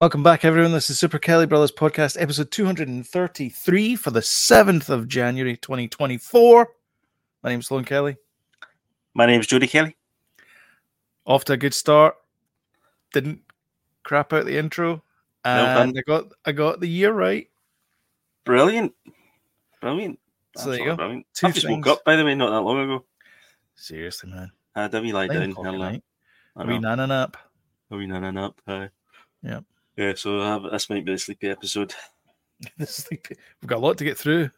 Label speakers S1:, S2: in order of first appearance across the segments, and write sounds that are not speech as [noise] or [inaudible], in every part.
S1: Welcome back, everyone. This is Super Kelly Brothers Podcast, episode 233 for the 7th of January 2024. My name's Sloan Kelly.
S2: My name's Jody Kelly.
S1: Off to a good start. Didn't crap out the intro. And
S2: done.
S1: I got I got the year right.
S2: Brilliant. Brilliant.
S1: So there you
S2: Absolutely
S1: go.
S2: Brilliant.
S1: Two
S2: I just woke
S1: things.
S2: up, by the way, not that long ago.
S1: Seriously, man.
S2: I had a wee lie
S1: Nine
S2: down.
S1: o'clock
S2: and
S1: at
S2: a-
S1: night.
S2: I
S1: We
S2: know,
S1: nanan up. [laughs]
S2: a wee nan up. aye.
S1: Yep.
S2: Yeah, so I have, this might be a sleepy episode.
S1: The sleepy- We've got a lot to get through.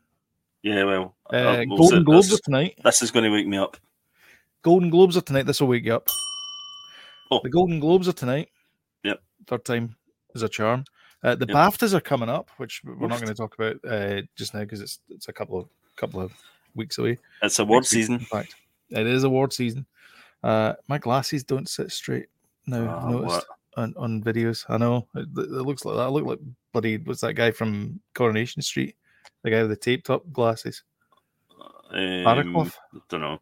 S2: Yeah, well, I-
S1: Uh,
S2: I- we'll
S1: Golden
S2: sit-
S1: Globes
S2: This,
S1: are tonight.
S2: this is going to wake me up.
S1: Golden Globes are tonight. This will wake you up.
S2: Oh.
S1: The Golden Globes are tonight.
S2: Yep.
S1: Third time is a charm. Uh, the
S2: Yep.
S1: BAFTAs are coming up, which we're not
S2: Oof.
S1: going to talk about uh, just now because it's it's a couple of couple of weeks away.
S2: It's award
S1: Next week,
S2: season.
S1: in fact, it is award season. Uh, my glasses don't sit straight now. I've
S2: Ah,
S1: noticed on, on videos. I know it, it looks like that. I look like bloody what's that guy from Coronation Street? The guy with the taped up glasses.
S2: Um,
S1: Barakoff.
S2: don't know.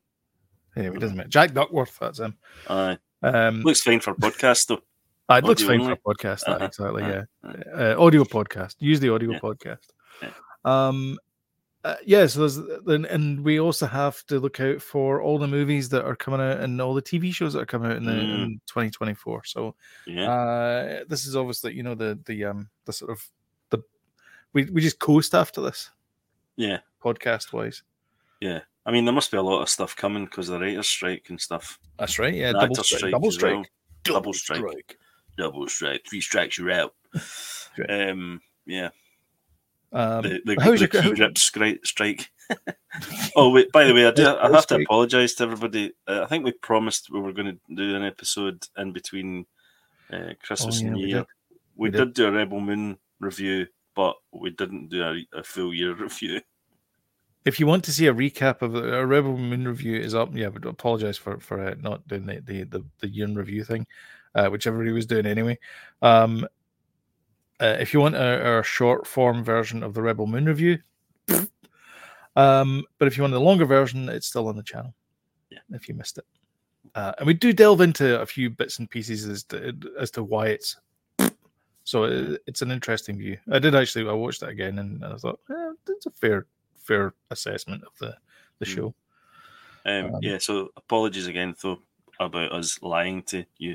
S1: Anyway, it doesn't matter. Jack Duckworth. That's him.
S2: Aye.
S1: Um,
S2: Looks fine for podcast though.
S1: Ah, it looks
S2: Audio
S1: fine for
S2: only.
S1: a podcast. That,
S2: Uh-huh,
S1: Exactly.
S2: uh-huh,
S1: yeah. Uh, audio podcast. Use the audio
S2: Yeah.
S1: podcast.
S2: Yeah.
S1: Um. uh, yeah. So there's and, and we also have to look out for all the movies that are coming out and all the TV shows that are coming out in, the,
S2: Mm.
S1: in 2024. So
S2: Yeah.
S1: uh, this is obviously you know the the um the sort of the we we just coast after this
S2: yeah.
S1: podcast wise.
S2: I mean, there must be a lot of stuff coming because the writers' strike and stuff.
S1: That's right. Yeah.
S2: The
S1: Double
S2: actors'
S1: strike. double
S2: as well.
S1: strike.
S2: Double strike. double strike, three strikes, you're
S1: [laughs]
S2: out. um, yeah,
S1: Um,
S2: the, the,
S1: how's
S2: the
S1: your-
S2: key grip scri- strike. oh wait, by the way, I do. I have to
S1: Strike.
S2: apologise to everybody. Uh, I think we promised we were going to do an episode in between uh, Christmas
S1: Oh, yeah,
S2: and
S1: we
S2: New Year.
S1: did.
S2: We,
S1: We did.
S2: did. do a Rebel Moon review, but we didn't do a, a full year [laughs] review.
S1: if you want to see a recap of the- a Rebel Moon review is up. Yeah, but apologize for for uh, not doing the the the, the year in review thing, uh, which everybody was doing anyway. Um, uh, if you want our, our short form version of the Rebel Moon review, [laughs] um, but if you want the longer version, it's still on the channel.
S2: Yeah.
S1: if you missed it, uh, and we do delve into a few bits and pieces as to as to why it's. [laughs] So it, it's an interesting view. I did actually. I watched that again, and I thought eh, that's a fair fair assessment of the the
S2: Mm.
S1: show.
S2: Um,
S1: Um,
S2: yeah, so apologies again, though, about us lying to you.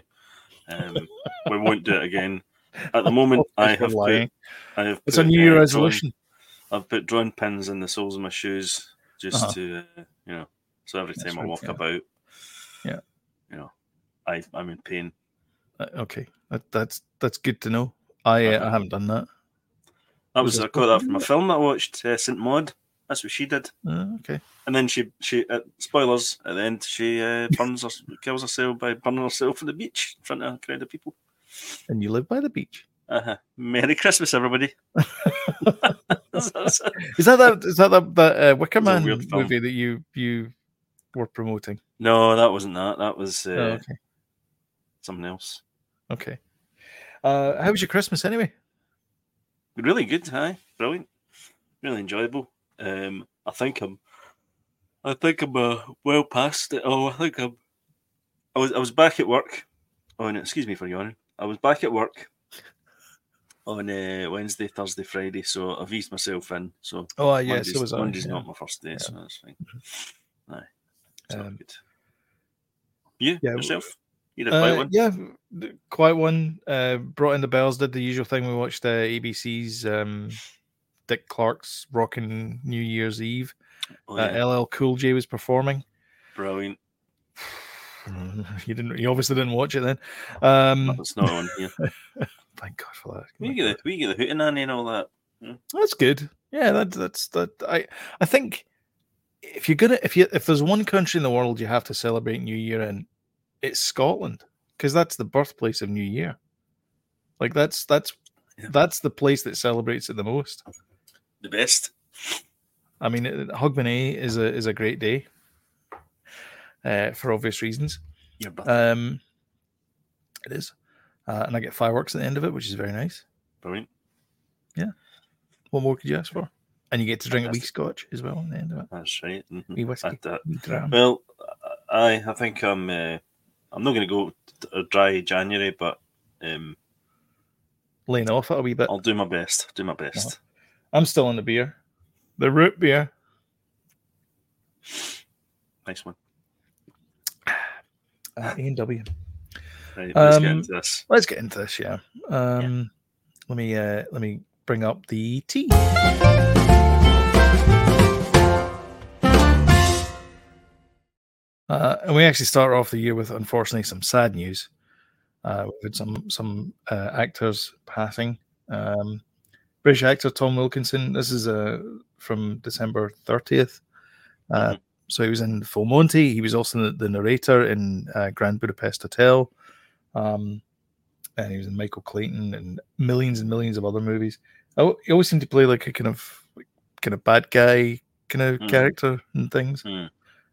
S2: Um, we won't do it again.
S1: [laughs]
S2: At the moment, I
S1: Apologies for
S2: have put,
S1: lying.
S2: I have
S1: It's a
S2: put,
S1: New
S2: uh,
S1: Year
S2: drawn-
S1: resolution.
S2: I've put drawn pins in the soles of my shoes just
S1: Uh-huh.
S2: to, uh, you know, so every
S1: That's
S2: time I
S1: right,
S2: walk
S1: yeah.
S2: about,
S1: Yeah.
S2: you know, I I'm in pain.
S1: Uh, Okay, that, that's that's good to know. I uh,
S2: Uh-huh.
S1: I haven't done that.
S2: That
S1: Was
S2: was
S1: it
S2: I got that
S1: Scotland?
S2: from a film that I watched, uh, Saint Maud. That's what she did,
S1: Uh, okay,
S2: and then she she uh, spoilers at the end
S1: [laughs]
S2: she uh, burns her, kills herself by burning herself on the beach in front of a crowd of people.
S1: and you live by the beach.
S2: Uh-huh. Merry
S1: [laughs]
S2: Christmas, everybody. [laughs]
S1: Is that that is that that, that uh, Wicker
S2: It's a
S1: Man
S2: weird film.
S1: movie that you you were promoting?
S2: no, that wasn't that. That was uh,
S1: Oh, okay,
S2: something else.
S1: okay. Uh, how was your Christmas anyway?
S2: Really good, hi. Brilliant. Really enjoyable. Um, I think I'm I think I'm uh, well past it. Oh, I think I'm I was I was back at work on excuse me for yawning. I was back at work on uh, Wednesday, Thursday, Friday, so I've eased myself in. So
S1: Oh, uh, yeah,
S2: Monday's,
S1: so was I.
S2: Monday's
S1: yeah.
S2: not my first day, so that's fine. No, it's
S1: Um,
S2: not good. You
S1: yeah, w-
S2: yourself? You did quite
S1: Uh,
S2: one.
S1: yeah, th- quite one. Uh, brought in the bells, did the usual thing. We watched uh, ABC's um, Dick Clark's Rockin' New Year's Eve.
S2: Oh,
S1: Uh,
S2: yeah.
S1: LL Cool J was performing. [sighs]
S2: Brilliant.
S1: you didn't. You obviously didn't watch it then. Um,
S2: That's not on here.
S1: thank God for that.
S2: We get the we get the hootenanny and all that.
S1: That's good. Yeah, that, that's that. I I think if you're gonna if you if there's one country in the world you have to celebrate New Year in, it's Scotland because that's the birthplace of New Year. Like that's that's
S2: Yeah.
S1: that's the place that celebrates it the most.
S2: The best.
S1: I mean, it- Hogmanay is a is a great day uh, for obvious reasons.
S2: Your birthday.
S1: Um, it is, uh, and I get fireworks at the end of it, which is very nice.
S2: Brilliant.
S1: What more could you ask for? And you get to drink a wee scotch as well at the end of it.
S2: That's right. mhm.
S1: Wee whiskey,
S2: And, uh,
S1: wee
S2: [laughs]
S1: dram.
S2: well, I I think I'm uh, I'm not going to go t- a dry January, but um,
S1: laying off it a wee bit.
S2: I'll do my best. Do my
S1: Uh-huh.
S2: best.
S1: I'm still on the beer, the root beer.
S2: Nice one.
S1: Uh, A&W.
S2: Right, let's get
S1: Um,
S2: into this.
S1: Let's get into this, yeah. Um, Let me uh, let me bring up the tea. Uh, and we actually start off the year with, unfortunately, some sad news. Uh, we've had some some uh, actors passing. Um, British actor Tom Wilkinson. This is uh, from December thirtieth. Uh, So he was in Full Monty. He was also the, the narrator in uh, Grand Budapest Hotel. Um, and he was in Michael Clayton and millions and millions of other movies. I al- He always seemed to play like a kind of like, kind of bad guy kind of
S2: Mhm.
S1: character and things.
S2: Mhm.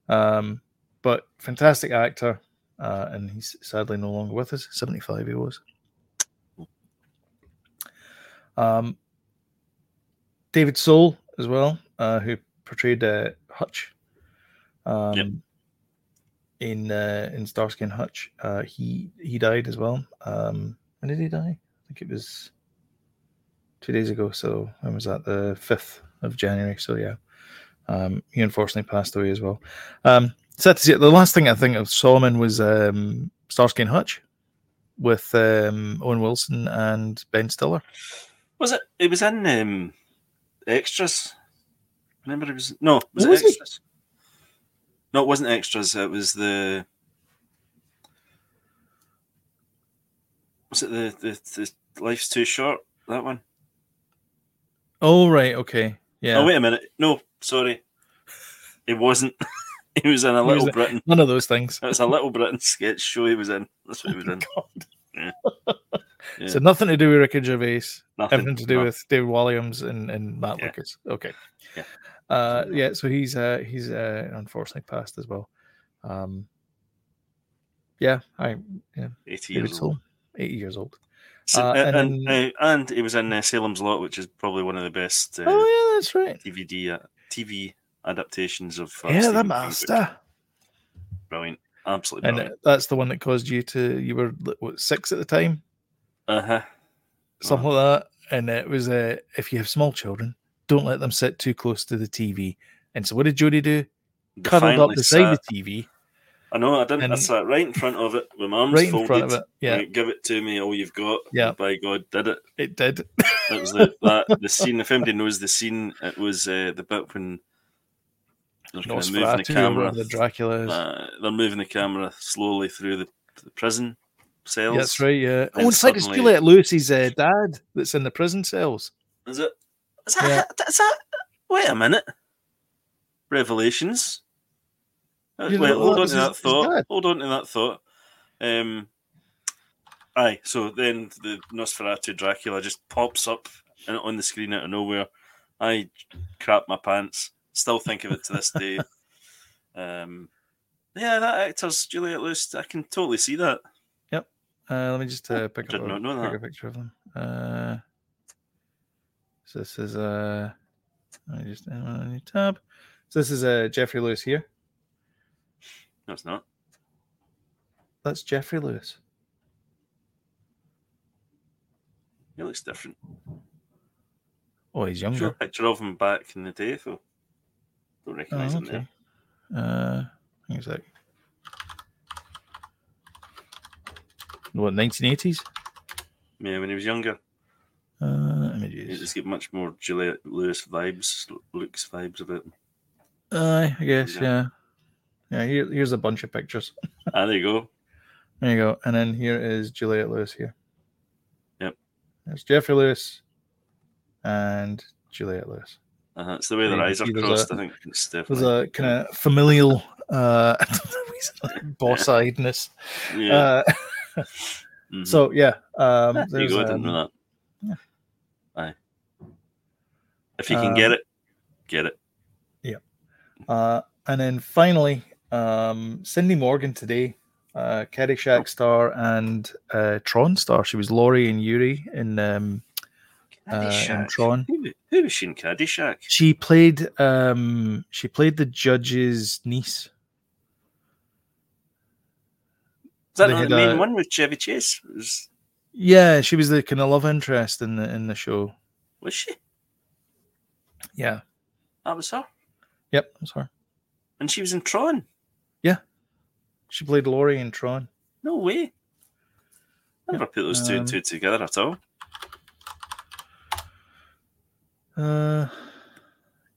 S1: Um, but fantastic actor, uh, and he's sadly no longer with us. Seventy-five, he was. Um, David Soul as well, uh, who portrayed uh, Hutch um,
S2: Yep.
S1: in uh, in Starsky and Hutch. Uh, he he died as well. Um, when did he die? I think it was two days ago. So when was that? The fifth of January. So yeah, um, he unfortunately passed away as well. Um, sad to see. The last thing I think of Solomon was um, Starsky and Hutch with um, Owen Wilson and Ben Stiller.
S2: Was it? It was in um, extras. Remember, it was no. Was
S1: Was
S2: it
S1: it?
S2: extras? No, it wasn't extras. It was the. Was it the the, the life's too short? That one.
S1: Oh right, okay, yeah.
S2: Oh wait a minute. No, sorry. It wasn't. [laughs] It was in a
S1: What was
S2: Little
S1: it?
S2: Britain.
S1: None of those things.
S2: It was a Little Britain sketch show. He was in. That's what he was
S1: [laughs]
S2: in. Yeah.
S1: So nothing to do with Ricky Gervais. [laughs]
S2: Nothing
S1: Everything to do
S2: no.
S1: with David Williams and, and Matt
S2: Yeah.
S1: Lucas. Okay.
S2: Yeah.
S1: Uh, yeah. So he's uh, he's uh, unfortunately passed as well. Um, yeah, I
S2: eighty
S1: David
S2: years old.
S1: Soul, eighty years old.
S2: So-
S1: Uh,
S2: and
S1: and
S2: and, uh, and he was in uh, Salem's Lot, which is probably one of the best uh,
S1: oh yeah, that's right.
S2: DVD uh, TV adaptations of uh,
S1: yeah,
S2: Stephen
S1: the
S2: King, which-
S1: master,
S2: Brilliant, absolutely
S1: and uh,
S2: brilliant.
S1: that's the one that caused you to you were li- what, six at the time,
S2: Uh huh. Uh-huh.
S1: something like that. And it was uh, if you have small children, don't let them sit too close to the TV. And so what did Jody do? Cuddled up beside the TV,
S2: I know. I didn't. I
S1: and-
S2: sat right in front of it with my arms
S1: right
S2: folded.
S1: in front of it. Yeah,
S2: Like, Give it to me, all you've got.
S1: Yeah.
S2: And By God, did it.
S1: it did.
S2: That was the that the scene. If anybody knows the scene, it was uh, the bit when they're kind of moving the
S1: Nosferatu or
S2: camera.
S1: whatever the Dracula is.
S2: Uh, they're moving the camera slowly through the, the prison cells.
S1: Yeah, that's right. Yeah.
S2: and
S1: Oh, it's like it's
S2: suddenly-
S1: Juliet Lewis's uh, dad that's in the prison cells.
S2: Is it? Is that,
S1: Yeah.
S2: is that? Wait a minute. Revelations. Uh,
S1: You
S2: Wait,
S1: know,
S2: hold
S1: that
S2: on
S1: was
S2: to
S1: his-
S2: that
S1: his
S2: thought.
S1: dad.
S2: Hold on to that thought. Um, aye. So then the Nosferatu Dracula just pops up in- on the screen out of nowhere. I crap my pants. Still think of it to this
S1: [laughs]
S2: day. um, yeah, that actor's Juliet Lewis. I can totally see that.
S1: Uh, let me just uh, pick
S2: Oh, did
S1: up a,
S2: not know that.
S1: pick a picture of them. Uh, so this is uh, let me just uh, a new tab. So this is uh, Jeffrey Lewis here.
S2: No, it's not.
S1: That's Jeffrey Lewis.
S2: He looks different.
S1: Oh, he's
S2: Show a
S1: younger.
S2: picture of him back in the day, though.
S1: Oh,
S2: Don't recognise him there.
S1: okay. Uh, hang on a sec. What, 1980s?
S2: Yeah, when he was younger,
S1: Uh,
S2: he
S1: images.
S2: just get much more Juliet Lewis vibes, Luke's vibes about him.
S1: Uh, I guess,
S2: Yeah.
S1: yeah. Yeah, here, here's a bunch of pictures.
S2: Ah, there you go.
S1: There you go. And then here is Juliet Lewis here.
S2: Yep.
S1: That's Jeffrey Lewis and Juliet Lewis.
S2: Uh-huh. It's the way their
S1: Yeah, you
S2: eyes are
S1: see there's
S2: crossed.
S1: a-
S2: I think it's
S1: There's
S2: definitely.
S1: a kind of familial uh [laughs] boss eyedness.
S2: yeah.
S1: Uh,
S2: mhm.
S1: so yeah. Um
S2: Ah, there you
S1: there's,
S2: go. I
S1: um,
S2: didn't know
S1: yeah. Um,
S2: that. Aye. If you can get it, get it.
S1: Uh, and then finally, um, Cindy Morgan today, uh,
S2: Oh.
S1: Caddyshack star and uh, Tron star. She was Laurie and Yuri in, um, uh, in
S2: Caddyshack.
S1: Tron.
S2: Who, who was she in Caddyshack?
S1: She played um she played the judge's niece.
S2: Is that
S1: They
S2: not
S1: had
S2: the main
S1: a-
S2: one with Chevy Chase? It was
S1: Yeah, she was the kind of love interest in the in the show.
S2: Was she?
S1: Yeah.
S2: That was her.
S1: Yep, that's her.
S2: And she was in Tron.
S1: She played Laurie in Tron.
S2: No way. I never put those two
S1: Um,
S2: and two together at all.
S1: Uh,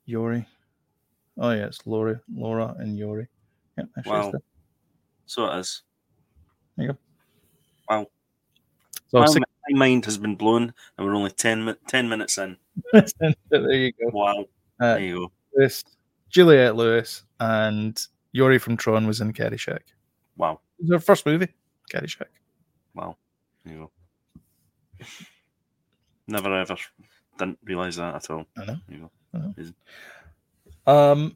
S1: Yori. Oh yeah, it's Laurie, Laura, and Yori. Yep, that's
S2: Wow.
S1: just it.
S2: So it is.
S1: So
S2: my,
S1: six
S2: my mind has been blown, and we're only 10, mi- 10 minutes in.
S1: minutes [laughs] in, but there you go.
S2: Wow.
S1: Uh,
S2: there you go.
S1: Lewis, Juliette Lewis, and Yori from Tron was in Caddyshack. It
S2: Wow.
S1: was her first movie, Caddyshack.
S2: Wow. There you go. Never ever didn't realise that at all.
S1: I know.
S2: There you go.
S1: Um,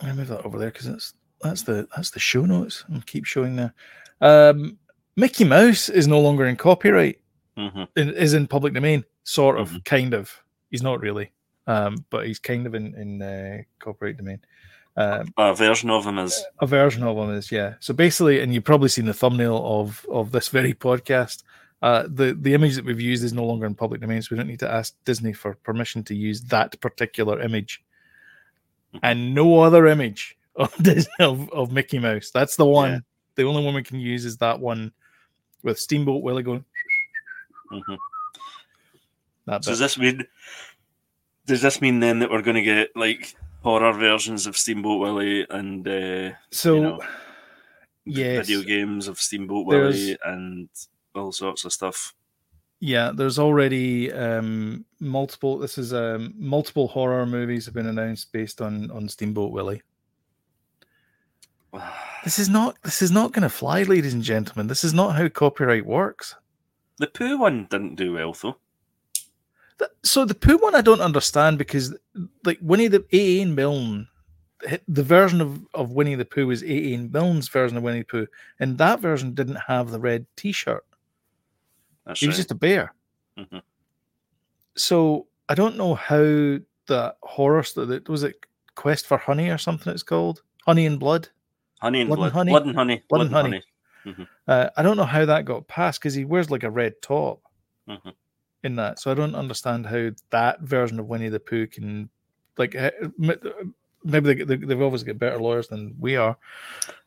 S1: I'm gonna move that over there because that's that's the that's the show notes. I'll keep showing there. Um, Mickey Mouse is no longer in copyright.
S2: hmm
S1: in- is in public domain, sort of,
S2: Mhm.
S1: kind of. He's not really, um, but he's kind of in in uh, copyright domain. Um,
S2: A version of him is
S1: a version of him is yeah. So basically, and you've probably seen the thumbnail of of this very podcast. Uh, the the image that we've used is no longer in public domain, so we don't need to ask Disney for permission to use that particular image,
S2: Mm-hmm.
S1: and no other image [laughs] of Disney, of, of Mickey Mouse. That's the one.
S2: Yeah.
S1: The only one we can use is that one with Steamboat Willie going.
S2: Mhm.
S1: That
S2: So
S1: bit.
S2: does this mean? Does this mean then that we're going to get like horror versions of Steamboat Willie and uh,
S1: So,
S2: know,
S1: yes,
S2: video games of Steamboat
S1: There's-
S2: Willie and all sorts of stuff? [sighs]
S1: yeah. There's already um, multiple. This is um, multiple horror movies have been announced based on on Steamboat Willie.
S2: the
S1: This is not. This is not going to fly, ladies and gentlemen. This is not how copyright works.
S2: poo one didn't do well though.
S1: Th- So the poo one I don't understand because like Winnie the Eighteen Milne, h- the version of of Winnie the Pooh is Eighteen Milne's version of Winnie the Pooh, and that version didn't have the red T-shirt.
S2: That's
S1: He was
S2: right.
S1: just a bear.
S2: Mhm.
S1: So I don't know how that horror st- that was it Quest for Honey or something it's called Honey and Blood.
S2: honey and
S1: blood and
S2: blood,
S1: honey.
S2: blood and honey,
S1: Blood and honey. Uh, I don't know how that got passed because he wears like a red top
S2: honey. Mhm.
S1: in that. So I don't understand how that version of Winnie the Pooh can like eh, m- maybe they, they, they've obviously got better lawyers than we are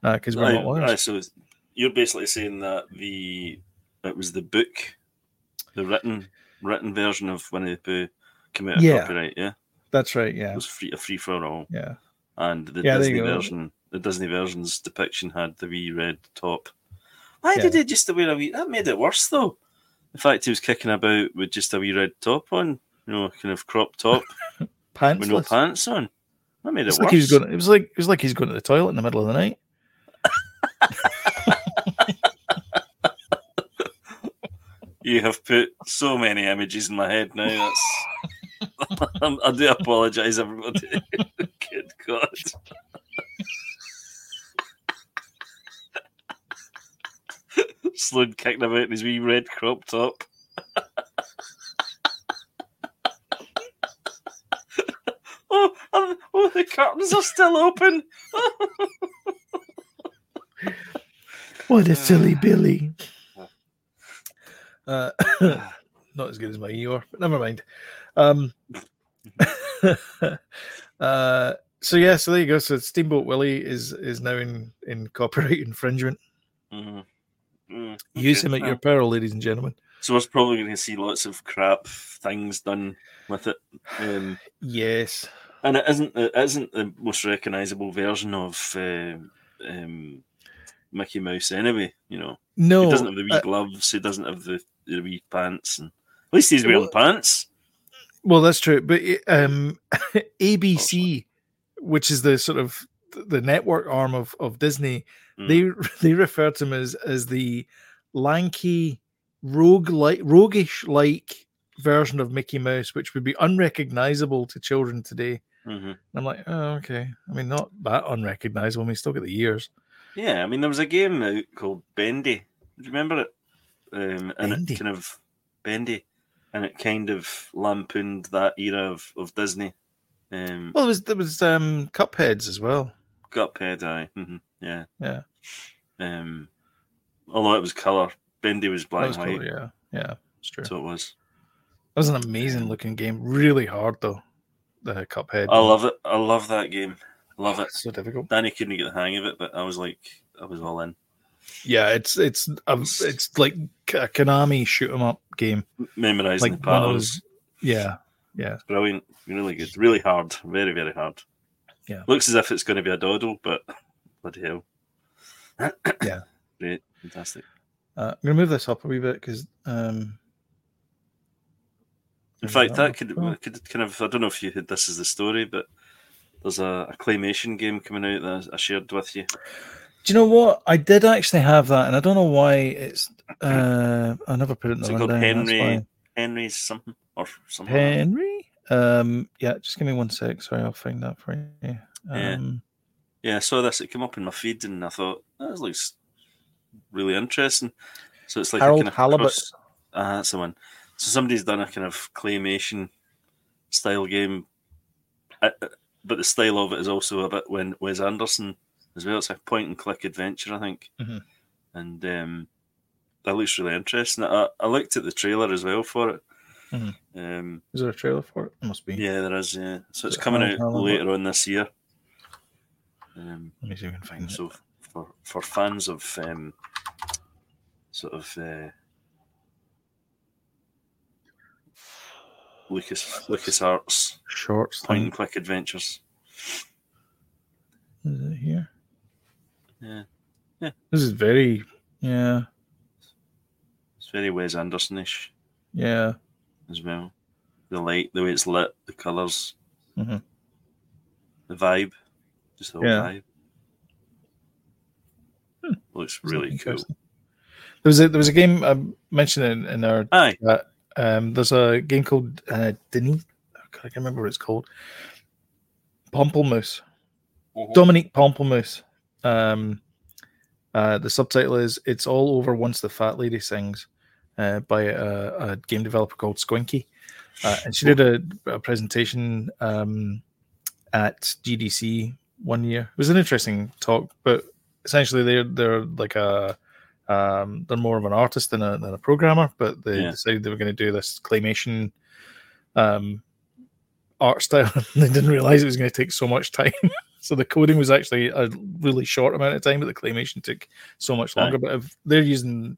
S1: because we're not
S2: Right,
S1: lawyers.
S2: right, so it's- you're basically saying that the it was the book, the written written version of Winnie the Pooh came out of
S1: Yeah.
S2: copyright. Yeah,
S1: That's right. Yeah.
S2: it was free a free for all,
S1: Yeah.
S2: and the
S1: Yeah, there
S2: Disney
S1: you go.
S2: version, the Disney version's depiction had the wee red top. Why
S1: Yeah.
S2: did he just wear a wee? That made it worse though. The fact he was kicking about with just a wee red top on, you know, kind of
S1: [laughs]
S2: crop top
S1: Pants.
S2: with no pants on. That made it
S1: It's
S2: worse.
S1: like he was going. It was like it was like he's going to the toilet in the middle of the night.
S2: You have put so many images in my head now. That's. [laughs] I'm- I do apologise, everybody. [laughs] Good God. [laughs] Sloan kicking about in his wee red crop top. [laughs] oh, and- oh, the curtains are
S1: [laughs]
S2: still open.
S1: What
S2: a silly [laughs]
S1: Billy. Uh,
S2: Mm-hmm.
S1: not as good as my Eeyore, but never mind. Um, [laughs] uh, so yeah, so there you go. So Steamboat Willie is is now in in copyright [laughs] infringement.
S2: Mhm. Mm,
S1: Use
S2: okay,
S1: him at
S2: well.
S1: your peril, ladies and gentlemen.
S2: So we're probably going to see lots of crap things done with it, um,
S1: Yes,
S2: and it isn't it isn't the most recognisable version of um, um, Mickey Mouse anyway. You know,
S1: no,
S2: he doesn't have the wee
S1: uh,
S2: gloves, he doesn't have the, the wee pants, and at least he's wearing
S1: Well-
S2: pants.
S1: Well, that's true, but i- um, [laughs] ABC,
S2: Oh,
S1: which is the sort of th- the network arm of of Disney,
S2: Mm.
S1: [laughs] they they refer to him as as the lanky, rogue like roguish like version of Mickey Mouse, which would be unrecognizable to children today.
S2: hmm
S1: And I'm like, oh, okay. I mean, not that unrecognizable. I mean, still got the years.
S2: Yeah, I mean, there was a game out called Bendy. Do you remember it? Um, and
S1: Bendy?
S2: it kind of Bendy, and it kind of lampooned that era of of Disney. Um,
S1: Well, there was there was um, Cupheads as well.
S2: Got paired eye. hmm Yeah.
S1: Yeah.
S2: Um, although it was colour. Bendy was
S1: That
S2: black
S1: was
S2: and white.
S1: cool, yeah, Yeah, it's true.
S2: So it was.
S1: That was an amazing looking game. Really hard though. The Cuphead.
S2: I love it. I love that game. I love it.
S1: It's so difficult.
S2: Danny couldn't get the hang of it, but I was like, I was all in.
S1: Yeah, it's it's um, it's like a Konami shoot 'em up game.
S2: Memorizing
S1: Like
S2: the
S1: one of
S2: battles.
S1: those- Yeah, yeah.
S2: Brilliant. Really good. Really hard. Very, very hard.
S1: Yeah.
S2: Looks as if it's going to be a doddle, but bloody hell.
S1: Yeah.
S2: [coughs] Great. Fantastic.
S1: Uh, I'm gonna move this up a wee bit because. Um,
S2: In fact, that could,
S1: Oh.
S2: could kind of, I don't know if you had this as the story, but there's a, a claymation game coming out that I shared with you.
S1: Do you know what? I did actually have that, and I don't know why it's. Uh, I never put it in
S2: Is
S1: the
S2: it called
S1: rundown. that's
S2: Henry-
S1: why.
S2: Henry's something or something. like that.
S1: Henry. Um, yeah, just give me one sec. Sorry, I'll find that for you.
S2: Yeah.
S1: Um,
S2: Yeah, I saw this. It came up in my feed, and I thought that looks really interesting. So it's like
S1: Harold
S2: a kind of
S1: Halibut.
S2: cross- Ah, that's the one. So somebody's done a kind of claymation style game, Uh, uh, but the style of it is also a bit when Wes Anderson as well. It's a point and click adventure, I think,
S1: Mhm.
S2: and um, that looks really interesting. I, I looked at the trailer as well for it.
S1: Mhm.
S2: Um,
S1: Is there a trailer for it? It must be.
S2: yeah, there is. Yeah, so it's
S1: it
S2: coming
S1: Harold
S2: out
S1: Halibut?
S2: later on this year. Um,
S1: Let me see if we can find it.
S2: so for for fans of um, sort of uh, Lucas Lucas Arts
S1: Shorts.
S2: point and
S1: Thing.
S2: click adventures,
S1: Is it here?
S2: yeah,
S1: This is very. Yeah.
S2: it's very Wes Andersonish
S1: Yeah.
S2: as well. The light, the way it's lit, the colors,
S1: Mhm.
S2: the vibe, just the whole
S1: Yeah.
S2: vibe. Looks
S1: It's
S2: really cool.
S1: interesting. There was a there was a game I mentioned in, in our
S2: Aye,
S1: Um, there's a game called uh, Denis. oh, God, I can't remember what it's called. Pomplemoose. Dominique Pomplemoose. Um, uh, the subtitle is "It's All Over Once the Fat Lady Sings" uh, by a, a game developer called Squinky, uh, and she did a, a presentation um, at GDC one year. It was an interesting talk, but essentially they're they're like a um, they're more of an artist than a than a programmer, but they
S2: Yeah.
S1: decided they were going to do this claymation um, art style, [laughs] and they didn't realize it was going to take so much time. [laughs] so the coding was actually a really short amount of time, but the claymation took so much
S2: Aye.
S1: longer. But if they're using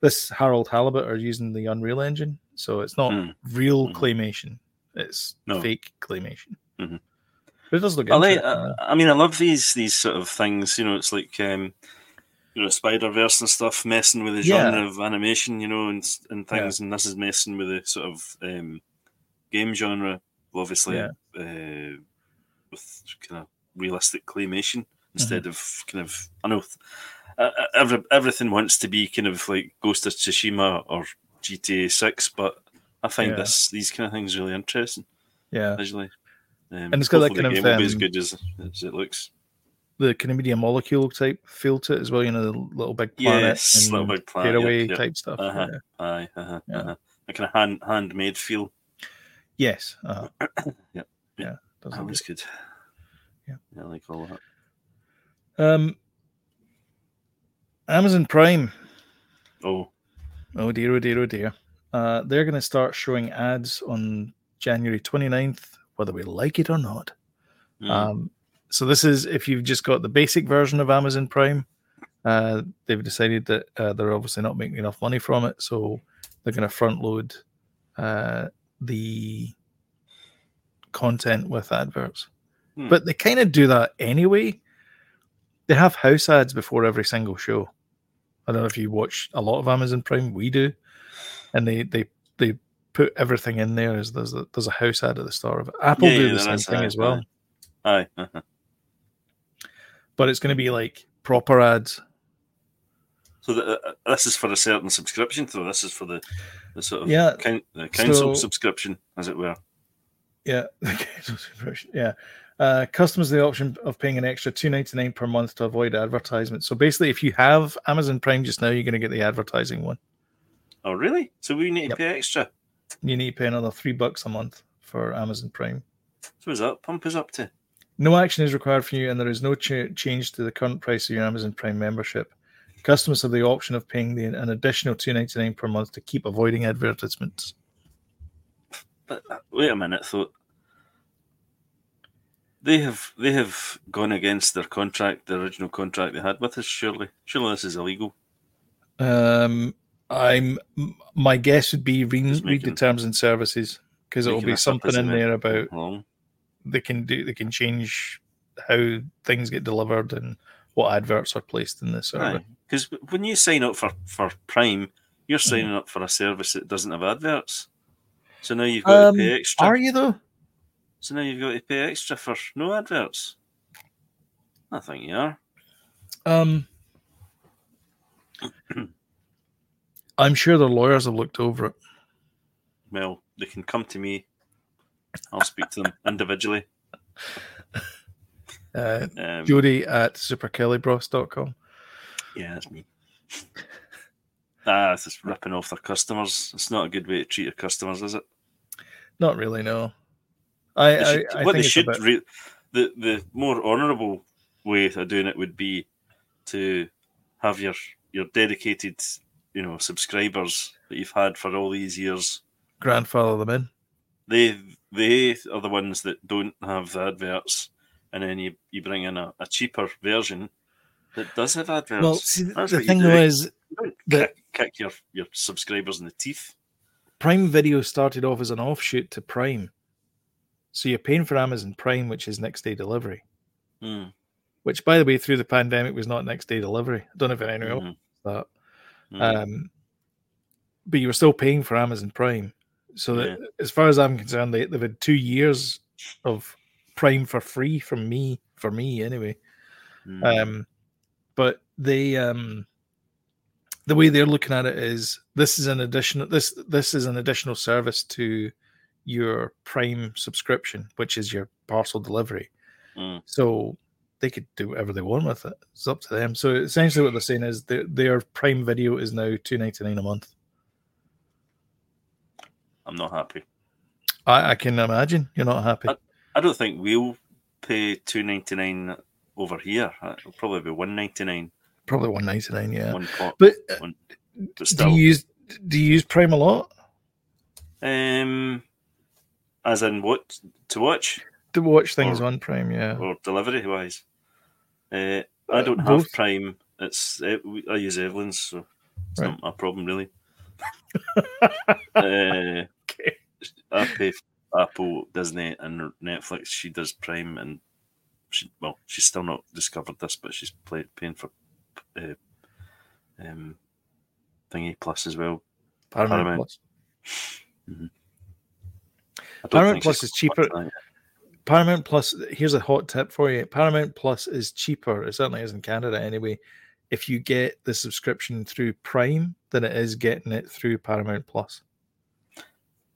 S1: this Harold Halibut are using the Unreal Engine, so it's not
S2: Mm.
S1: real
S2: Mhm.
S1: claymation; it's
S2: No.
S1: fake claymation.
S2: Mhm.
S1: But it does look.
S2: I like.
S1: interesting,
S2: I, uh, I mean, I love these these sort of things. You know, it's like um, you know Spider Verse and stuff, messing with the
S1: Yeah.
S2: genre of animation. You know, and s- and things, and this is messing with the sort of um, game genre. Obviously,
S1: Yeah.
S2: uh, with kind of realistic claymation instead
S1: Mm-hmm.
S2: of kind of I know th- uh, uh, every, everything wants to be kind of like Ghost of Tsushima or GTA Six, but I find
S1: Yeah.
S2: this these kind of things really interesting
S1: yeah.
S2: visually.
S1: And
S2: Um,
S1: it's got that
S2: hopefully
S1: kind
S2: the
S1: of,
S2: game will be as
S1: um,
S2: good as, as it looks.
S1: the kind of media molecule type feel to it as well. You know, the little big planet,
S2: Yes, [laughs]
S1: and
S2: little big planet. yep,
S1: fadeaway
S2: yep.
S1: type stuff.
S2: Uh-huh.
S1: yeah.
S2: Aye, uh-huh,
S1: Yeah.
S2: uh-huh. A kind of hand handmade feel.
S1: Yes. Uh-huh.
S2: [coughs] Yep.
S1: Yeah. does
S2: That
S1: look
S2: was good.
S1: Yeah.
S2: I like all that.
S1: good. Um, Amazon Prime.
S2: Oh,
S1: Oh dear, oh dear, oh dear. Uh, they're going to start showing ads on January 29th, whether we like it or not.
S2: mm,
S1: Um, so this is if you've just got the basic version of Amazon Prime. Uh, they've decided that uh, they're obviously not making enough money from it, so they're going to front load uh, the content with adverts.
S2: Hmm.
S1: But they kind of do that anyway. They have house ads before every single show. I don't know if you watch a lot of Amazon Prime. We do, and they they they put everything in there. As there's a, there's a house ad at the start of it. Apple
S2: Yeah,
S1: do
S2: yeah,
S1: the
S2: there
S1: same
S2: is,
S1: thing
S2: aye,
S1: as well
S2: aye. aye. Uh-huh.
S1: but it's going to be like proper ads.
S2: So the, uh, this is for a certain subscription, though. This is for the, the sort of
S1: Yeah,
S2: coun- the council
S1: so-
S2: subscription, as it were.
S1: Yeah, [laughs] Okay, so it's impression- yeah. Uh, customers the option of paying an extra two ninety nine per month to avoid advertisements. So basically, if you have Amazon Prime just now, you're going to get the advertising one.
S2: Oh, really? So we need to
S1: Yep.
S2: pay extra.
S1: You need to pay another three bucks a month for Amazon Prime.
S2: So is that pump is up to?
S1: No action is required from you, and there is no ch- change to the current price of your Amazon Prime membership. Customers have the option of paying the, an additional two ninety nine per month to keep avoiding advertisements.
S2: But uh, wait a minute, though. They have they have gone against their contract, the original contract they had with us. Surely, surely this is illegal.
S1: Um, I'm m- my guess would be read,
S2: Just
S1: read the
S2: making-
S1: terms and services because it'll
S2: making
S1: be
S2: this up,
S1: something in
S2: isn't it?
S1: there about
S2: Wrong.
S1: they can do they can change how things get delivered and what adverts are placed in this. Sort of-
S2: Because when you sign up for, for Prime, you're
S1: Mm.
S2: signing up for a service that doesn't have adverts. So now you've got
S1: Um,
S2: to pay extra.
S1: Are you though?
S2: So now you've got to pay extra for no adverts. I think you are. [clears throat]
S1: Um, I'm sure their lawyers have looked over it.
S2: Well, they can come to me. I'll speak to them individually.
S1: Uh,
S2: Um,
S1: Jody at superkellybros.com.
S2: yeah, that's me. Ah, it's just ripping off their customers. It's not a good way to treat your customers, is it?
S1: Not really, no. I,
S2: They
S1: I,
S2: should-
S1: I
S2: what
S1: think
S2: they
S1: it's
S2: should
S1: about-
S2: re- the the more honourable way of doing it would be to have your your dedicated you know subscribers that you've had for all these years.
S1: grandfather them in.
S2: They they are the ones that don't have the adverts, and then you, you bring in a, a cheaper version that does have adverts.
S1: Well, see,
S2: That's
S1: the
S2: what you
S1: thing
S2: do.
S1: though is
S2: You don't
S1: that-
S2: kick, kick your your subscribers in the teeth.
S1: Prime Video started off as an offshoot to Prime. So you're paying for Amazon Prime, which is next day delivery,
S2: Mm,
S1: which, by the way, through the pandemic was not next day delivery. I don't know if anyone else
S2: mhm,
S1: knows that.
S2: mhm.
S1: Um, but you were still paying for Amazon Prime. So, that, as far as I'm concerned, they, they've had two years of Prime for free from me, for me anyway.
S2: Mm.
S1: Um, but they um, the way they're looking at it is this is an additional this this is an additional service to your Prime subscription, which is your parcel delivery.
S2: Mm.
S1: So they could do whatever they want with it. It's up to them. So essentially, what they're saying is their their Prime Video is now two ninety nine a month.
S2: I'm not happy.
S1: I, I can imagine you're not happy.
S2: I don't think we'll pay two ninety nine over here. It'll probably be one ninety nine.
S1: Probably one ninety nine, yeah.
S2: One pot,
S1: But uh,
S2: but
S1: do
S2: still,
S1: you use do you use Prime a lot?
S2: um, as in what to watch
S1: To watch things
S2: Or-
S1: on Prime, yeah.
S2: or delivery wise. Uh,
S1: Uh,
S2: I don't have
S1: both.
S2: Prime. It's uh, we- I use Evelyn's, so it's not my
S1: [laughs]
S2: problem really. uh,
S1: Okay.
S2: I pay for Apple, Disney, and Netflix. She does Prime, and she well, she's still not discovered this, but she's play, paying for uh, um, thingy plus as well.
S1: Paramount
S2: Paramount.
S1: Plus.
S2: I don't
S1: Paramount
S2: think
S1: Plus
S2: she's
S1: is cheaper.
S2: got that.
S1: Paramount Plus. Here's a hot tip for you. Paramount Plus is cheaper. It certainly is in Canada anyway. If you get the subscription through Prime, than it is getting it through Paramount Plus.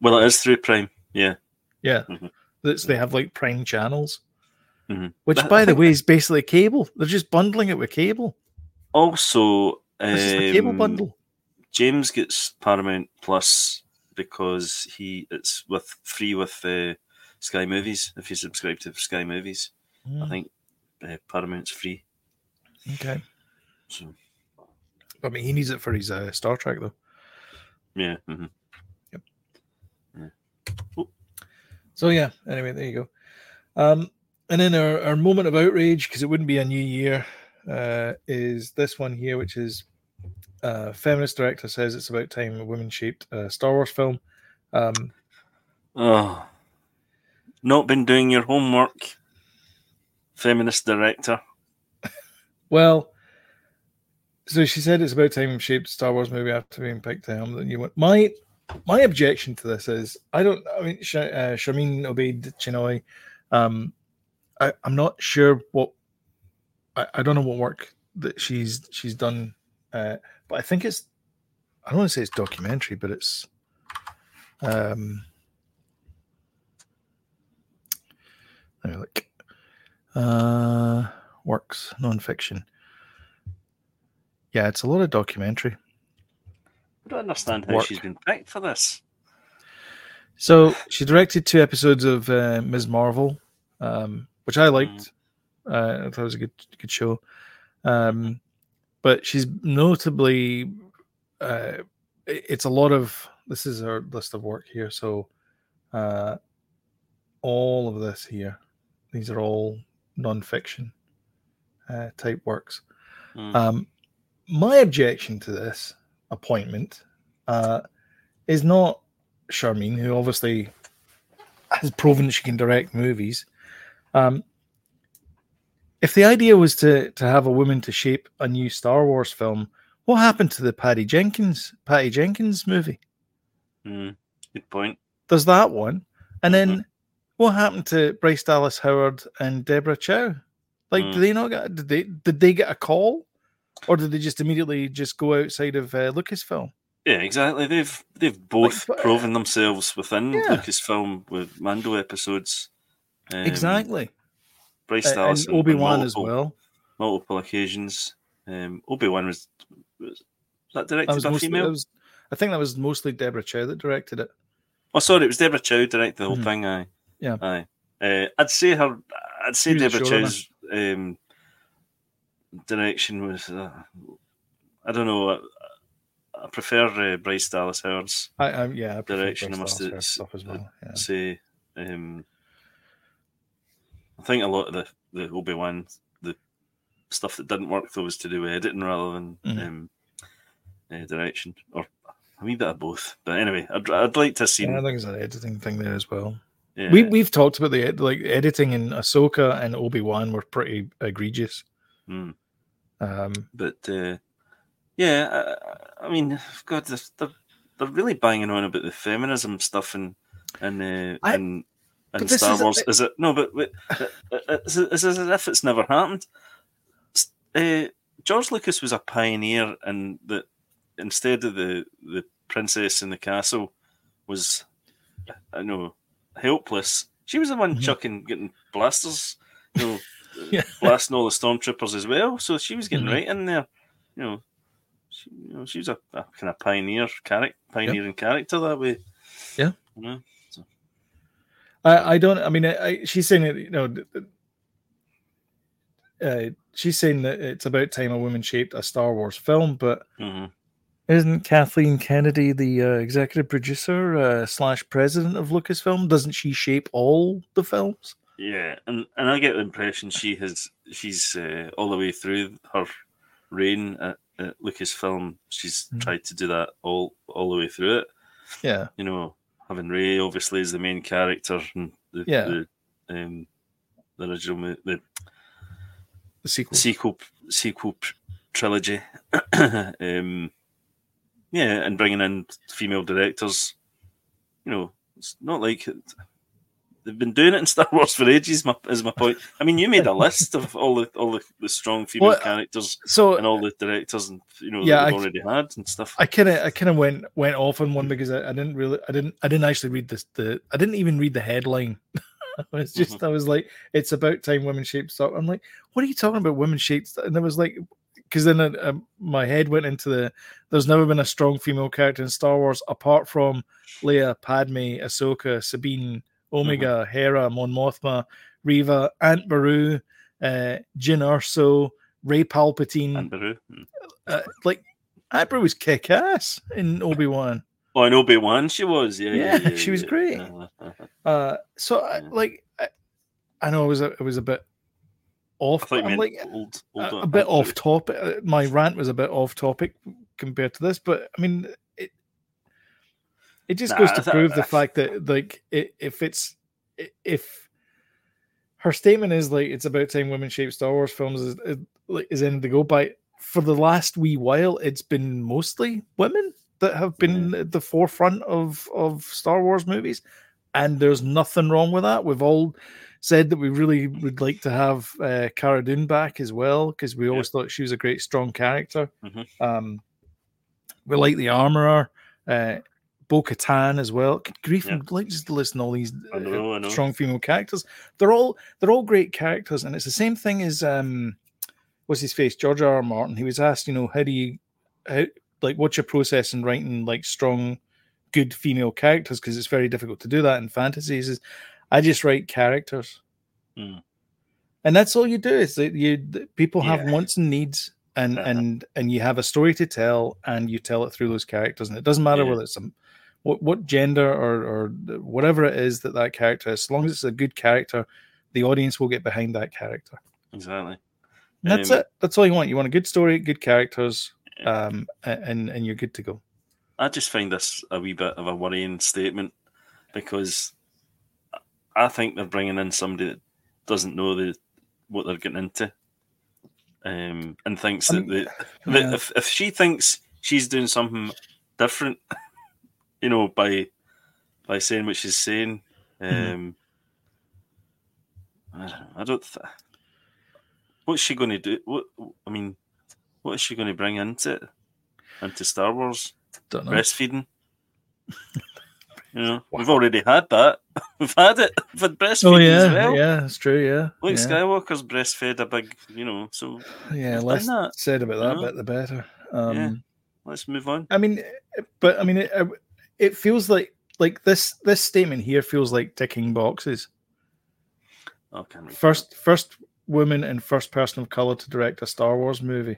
S2: Well, it is through Prime. Yeah,
S1: Yeah,
S2: Mhm.
S1: that's they have like Prime channels,
S2: Mhm.
S1: which,
S2: That-
S1: by
S2: I
S1: the
S2: think
S1: way, is basically cable. They're just bundling it with cable.
S2: Also,
S1: This is the cable
S2: um,
S1: bundle.
S2: James gets Paramount Plus because he it's with free with uh, Sky Movies. If you subscribe to Sky Movies, I
S1: Mm,
S2: think uh, Paramount's free.
S1: Okay,
S2: So
S1: I mean he needs it for his uh, Star Trek though.
S2: yeah, hmm
S1: So yeah. Anyway, there you go. Um, and then our, our moment of outrage because it wouldn't be a new year uh, is this one here, which is uh, feminist director says it's about time a women shaped uh, Star Wars film. Um,
S2: oh, not been doing your homework, feminist director.
S1: well, so she said it's about time shaped Star Wars movie after being picked um, to helm the new one. My my objection to this is I don't. I mean, Sh- uh, Sharmin obeyed Chinoy. Um, I, I'm not sure what I, I don't know what work that she's she's done, uh, but I think it's I don't want to say it's documentary, but it's um. Let me look. Uh, works nonfiction. Yeah, it's a lot of documentary.
S2: I don't understand how
S1: Work.
S2: she's been picked for this.
S1: So she directed two episodes of uh, Ms. Marvel, Mm. um, which I liked. Uh, I thought it was a good good show. Um, but she's notably. Uh, it- it's a lot of this is her list of work here. So, uh, all of this here, these are all non-fiction uh, type works.
S2: Mm.
S1: Um, my objection to this appointment uh, is not Charmin, who obviously has proven that she can direct movies. Um, if the idea was to to have a woman to shape a new Star Wars film, what happened to the Patty Jenkins Patty Jenkins movie?
S2: Mm. Good point.
S1: There's that one, and then
S2: Mhm.
S1: what happened to Bryce Dallas Howard and Deborah Chow? Like,
S2: Mm.
S1: did they not get? Did they did they get a call, or did they just immediately just go outside of uh, Lucasfilm?
S2: Yeah, exactly. They've they've both
S1: but- uh,
S2: proven themselves within
S1: Yeah.
S2: Lucasfilm with Mando episodes. Um,
S1: exactly,
S2: Bryce
S1: A-
S2: Dallas
S1: and Obi Wan as
S2: multiple-
S1: well.
S2: Multiple occasions. Um, Obi Wan was, was was
S1: That
S2: that directed
S1: was
S2: by
S1: mostly,
S2: female?
S1: that was- I think that was mostly Deborah Chow that directed it.
S2: Oh, sorry, it was Deborah Chow directed the whole
S1: Mhm.
S2: thing. Aye,
S1: Yeah.
S2: aye. Uh, I'd say her. I'd
S1: She
S2: say
S1: was the
S2: Deborah
S1: showrunner.
S2: Chow's um, direction was. Uh, I don't know. I, I prefer uh, Bryce Dallas Howard's.
S1: I, I yeah, I prefer
S2: Direction, I
S1: Bryce Dallas
S2: must say,
S1: Howard
S2: it's-
S1: stuff as well. Yeah.
S2: say um I think a lot of the, the Obi Wan the stuff that didn't work though was to do with editing rather than
S1: Mhm.
S2: um uh, direction or a wee bit of both. But anyway, I'd, I'd like to see
S1: Yeah, I
S2: seen
S1: think it's an editing thing there as well. We we've talked about the ed- like editing in Ahsoka and Obi Wan were pretty egregious.
S2: mm.
S1: Um,
S2: but uh, yeah, I, I mean, God, they're, they're they're really banging on about the feminism stuff and and uh,
S1: I-
S2: and.
S1: but
S2: And
S1: this
S2: Star
S1: is a
S2: Wars
S1: bit-
S2: is it? No, but, but it's, it's as if it's never happened. S- Uh, George Lucas was a pioneer, and that instead of the the princess in the castle was, I know, helpless. She was the one
S1: Mhm.
S2: chucking, getting blasters, you know,
S1: [laughs] Yeah.
S2: blasting all the stormtroopers as well. So she was getting
S1: Mhm.
S2: right in there, you know. She, you know, she was a, a kind of pioneer character, pioneering character that way.
S1: Yeah.
S2: You know?
S1: I, I don't. I mean, I, I, she's saying that you know. th- th- Uh, she's saying that it's about time a woman shaped a Star Wars film, but
S2: Mhm.
S1: isn't Kathleen Kennedy the uh, executive producer uh, slash president of Lucasfilm? Doesn't she shape all the films?
S2: Yeah, and and I get the impression she has she's uh, all the way through her reign at, at Lucasfilm. She's
S1: Mhm.
S2: tried to do that all all the way through it.
S1: Yeah,
S2: You know, having Ray obviously is the main character and the,
S1: Yeah.
S2: the um the original mo- the
S1: the sequel.
S2: sequel sequel pr- trilogy. [coughs] um, yeah, and bringing in female directors. You know, it's not like it, they've been doing it in Star Wars for ages. My, is my point. I mean, you made a list of all the all the, the strong female
S1: Well,
S2: characters
S1: so
S2: and all the directors, and you know,
S1: Yeah,
S2: that
S1: I-
S2: they've already had and stuff.
S1: I kind of I kind of went went off on one because I, I didn't really I didn't I didn't actually read this the I didn't even read the headline. [laughs] it's just I was like, it's about time women shaped stuff. I'm like, what are you talking about women shaped? stuff?" And I was like, because then I, I, my head went into the. There's never been a strong female character in Star Wars apart from Leia, Padme, Ahsoka, Sabine, Omega, Hera, Mon Mothma, Riva, Aunt Beru, uh, Jin Erso, Ray Palpatine
S2: and Baru. Mm.
S1: uh, like Abra was kick ass in Obi Wan.
S2: Oh, and Obi Wan, she was. Yeah, yeah,
S1: Yeah, she was
S2: yeah.
S1: great.
S2: Uh-huh.
S1: Uh, so I,
S2: Yeah.
S1: like I, I know it was a, it was a bit
S2: I
S1: off.
S2: thought
S1: but
S2: you
S1: I'm
S2: meant
S1: like
S2: old,
S1: a,
S2: old
S1: a bit off topic. uh, My rant was a bit off topic compared to this, but I mean it. It just
S2: Nah,
S1: goes
S2: I
S1: to
S2: thought-
S1: prove the
S2: I-
S1: fact that like i if it's i- if her statement is like it's about time women shape Star Wars films is is- like is anything to go by. For the last wee while, it's been mostly women that have been at the forefront of of Star Wars movies, and there's nothing wrong with that. We've all said that we really would like to have uh, Cara Dune back as well because we always thought she was a great strong character.
S2: Mhm.
S1: Um, we like the armorer, uh, Bo Katan as well. Good grief,
S2: Yeah.
S1: I'm like just listing all these uh,
S2: I know, I know.
S1: strong female characters. They're all they're all great characters, and it's the same thing as um, what's his face, George R. R. Martin. He was asked, you know, how do you, how, like, what's your process in writing like strong, good female characters? Because it's very difficult to do that in fantasy. He says, I just write characters,
S2: Mm.
S1: and that's all you do. Is that you th- people have
S2: Yeah.
S1: wants and needs, and
S2: Uh-huh.
S1: and and you have a story to tell and you tell it through those characters and it doesn't matter
S2: Yeah.
S1: whether it's some what what gender or or whatever it is that that character is as long as it's a good character the audience will get behind that character
S2: Exactly.
S1: and that's
S2: Um,
S1: it that's all you want you want a good story good characters
S2: Yeah.
S1: um a- and and you're good to go
S2: I just find this a wee bit of a worrying statement because I think they're bringing in somebody that doesn't know the what they're getting into, um, and thinks that,
S1: Um,
S2: the, that
S1: yeah.
S2: if, if she thinks she's doing something different, [laughs] you know, by by saying what she's saying,
S1: Mhm.
S2: um, I don't. Know, I don't th- what's she going to do? What I mean, what is she going to bring into it? Into Star Wars?
S1: don't know [laughs]
S2: breastfeeding. you know, we've already had [laughs] that. We've had it with breastfeeding
S1: oh yeah
S2: as well.
S1: yeah it's true yeah
S2: Luke
S1: yeah.
S2: Skywalker's breastfed a big, er you know. So
S1: yeah
S2: We've
S1: less
S2: done that,
S1: said about that
S2: know?
S1: bit the better um
S2: let's move on.
S1: I mean, eh, but I mean, it, eh, it feels like like this this statement here feels like ticking boxes.
S2: Oh, can we?
S1: First, first woman and first person of color to direct a Star Wars movie.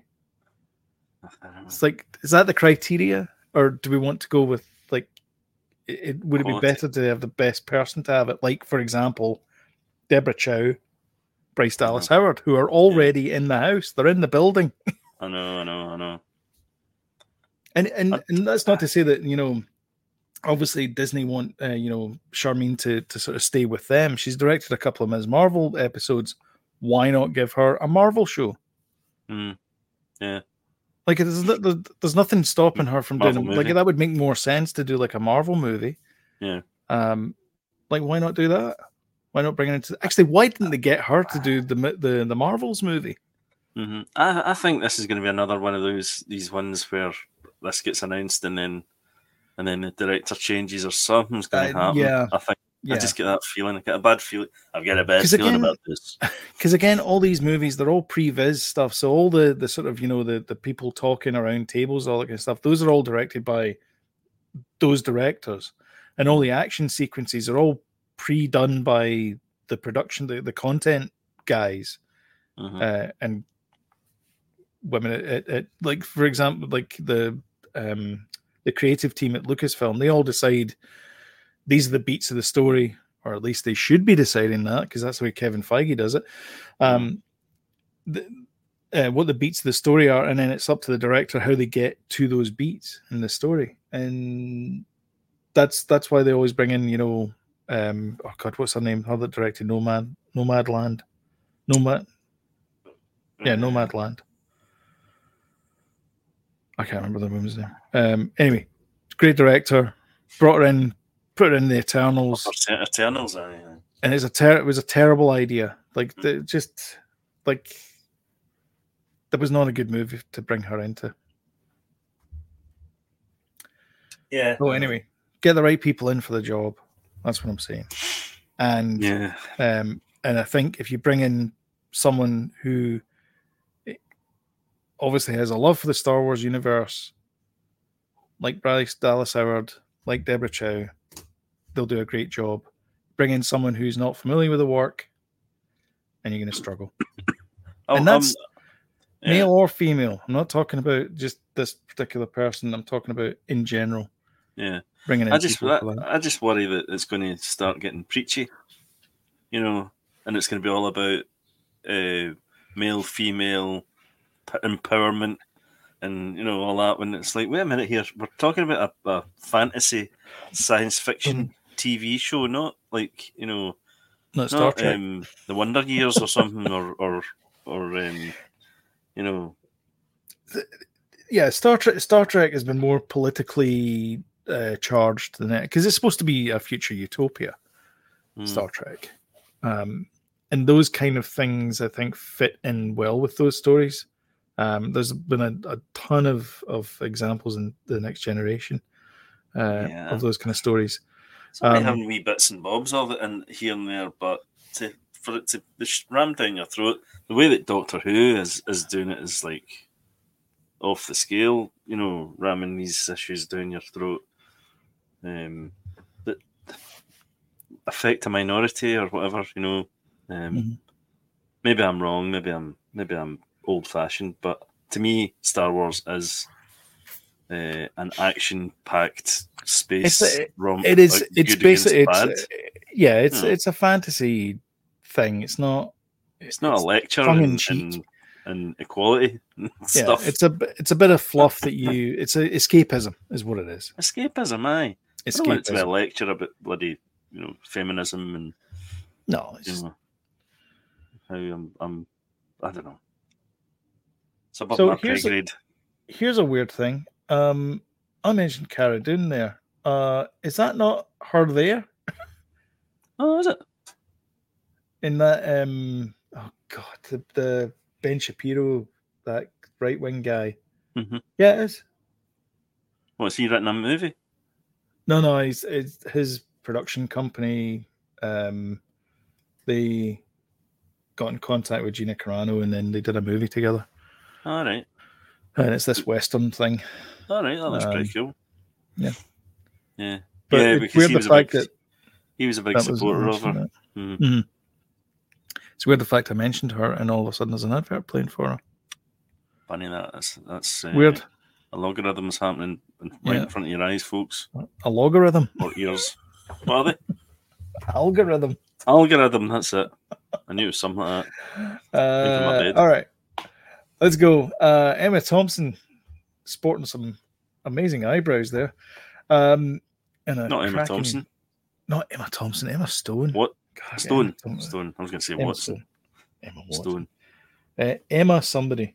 S1: It's like, is that the criteria, or do we want to go with like? It, it- would it be
S2: Quality.
S1: better to have the best person to have it? Like, for example, Deborah Chow, Bryce Dallas Howard, who are already in the house. They're in the building.
S2: I know, I know, I know.
S1: and and,
S2: Uh,
S1: and that's not to say that you know obviously disney want uh, you know charmaine to to sort of stay with them she's directed a couple of ms marvel episodes why not give her a marvel show
S2: Mm.
S1: like there's, no- there's there's nothing stopping her from
S2: Marvel
S1: doing
S2: movie.
S1: like that would make more sense to do like a marvel movie
S2: Yeah.
S1: um like why not do that why not bring her into actually why didn't they get her to do the mi- the, the marvels movie
S2: hmm I, I think this is going to be another one of those these ones where this gets announced and then and then the director changes or something's going to
S1: Uh,
S2: happen.
S1: yeah.
S2: I think
S1: yeah
S2: I just get that feeling. I get a bad feeling. I've got a bad
S1: 'Cause
S2: feeling
S1: again-
S2: about this.
S1: because again all these movies they're all pre-viz stuff so all the the sort of you know the the people talking around tables all that kind of stuff those are all directed by those directors and all the action sequences are all pre-done by the production the, the content guys
S2: Mhm.
S1: uh, and women at, at, at like for example like the um the creative team at lucasfilm they all decide these are the beats of the story or at least they should be deciding that because that's the way kevin feige does it um the, uh, what the beats of the story are and then it's up to the director how they get to those beats in the story and that's that's why they always bring in you know um oh god what's her name her that directed nomad nomad land nomad [laughs] yeah, Nomad Land. I can't remember the woman's name. Um, anyway, great director. Brought her in, put her in the Eternals,
S2: Percent Eternals, I mean.
S1: and it's a ter- it was a terrible idea. Like the, just like that was not a good move to bring her into.
S2: Yeah.
S1: Oh, anyway, get the right people in for the job. That's what I'm saying. And
S2: Yeah.
S1: Um, and I think if you bring in someone who obviously has a love for the Star Wars universe, like Bryce Dallas Howard, like Deborah Chow, they'll do a great job. Bring in someone who's not familiar with the work, and you're going to struggle.
S2: Oh,
S1: and that's
S2: yeah.
S1: male or female. I'm not talking about just this particular person. I'm talking about in general.
S2: Yeah.
S1: Bringing in
S2: I just
S1: people
S2: I,
S1: for that.
S2: I just worry that it's going to start getting preachy, you know, and it's going to be all about uh, male female p- empowerment and you know all that. When it's like, wait a minute here, we're talking about a, a fantasy science fiction TV show, not like you know,
S1: Not Star
S2: not,
S1: Trek.
S2: um, the Wonder Years or something, or or or um, you know,
S1: yeah, Star Trek. Star Trek has been more politically uh, charged than that because it's supposed to be a future utopia.
S2: mm,
S1: Star Trek, um, and those kind of things I think fit in well with those stories. Um, there's been a, a ton of of examples in the Next Generation uh,
S2: Yeah.
S1: of those kind of stories.
S2: So um,
S1: Um,
S2: having wee bits and bobs of it in here and there, but to for it to be sh- rammed down your throat, the way that Doctor Who is is doing it is like off the scale. You know, ramming these issues down your throat um, that affect a minority or whatever. You know, um,
S1: Mhm.
S2: maybe I'm wrong. Maybe I'm maybe I'm old fashioned, but to me, Star Wars is uh, an action-packed space
S1: It's a-
S2: romp.
S1: It is.
S2: like,
S1: it's
S2: good against
S1: basically. It's,
S2: bad.
S1: uh, yeah. It's
S2: Hmm.
S1: it's a fantasy thing. It's not.
S2: It's not a lecture
S1: tongue in
S2: and,
S1: cheek.
S2: and, and equality [laughs] and
S1: yeah,
S2: stuff.
S1: It's a b- it's a bit of fluff that you. It's a escapism is what it is.
S2: escapism, aye. I don't want it to be a
S1: Escapism.
S2: lecture about bloody you know feminism and
S1: No, it's
S2: you
S1: just,
S2: know, how I'm, I'm I don't know. It's above
S1: So
S2: my pay
S1: here's a-
S2: grade.
S1: here's a weird thing. Um, I mentioned Cara Dune there. Uh, is that not her there
S2: Oh, is it?
S1: in that? Um, oh God, the, the Ben Shapiro, that right wing guy.
S2: Mhm.
S1: Yeah, it is.
S2: What's he written a movie?
S1: No, no, he's, it's his production company. Um, they got in contact with Gina Carano, and then they did a movie together.
S2: All right,
S1: And it's this western thing.
S2: all right, that looks pretty
S1: Um,
S2: cool.
S1: yeah.
S2: yeah,
S1: But
S2: yeah.
S1: it's weird the
S2: a
S1: fact
S2: big,
S1: that
S2: he was a big
S1: that was
S2: supporter of
S1: mentioned
S2: her.
S1: that.
S2: Mhm.
S1: Mhm. It's weird the fact I mentioned her, and all of a sudden there's an advert playing for her.
S2: Funny that that's that's uh,
S1: Weird,
S2: A logarithm's happening in- right
S1: Yeah.
S2: in front of your eyes, folks,
S1: a logarithm,
S2: or ears. what are they?
S1: algorithm.
S2: Algorithm. That's it. I knew it was something like that.
S1: Uh,
S2: bed.
S1: all right, let's go. Uh, Emma Thompson, sporting some amazing eyebrows there. Um, and a
S2: Not Emma
S1: cracking-
S2: Thompson.
S1: Not Emma Thompson. Emma Stone.
S2: What?
S1: God,
S2: Stone.
S1: Emma Thompson.
S2: Stone. I was going to say
S1: Emma
S2: Watson.
S1: Stone. Emma Watson.
S2: Stone.
S1: Uh, Emma somebody.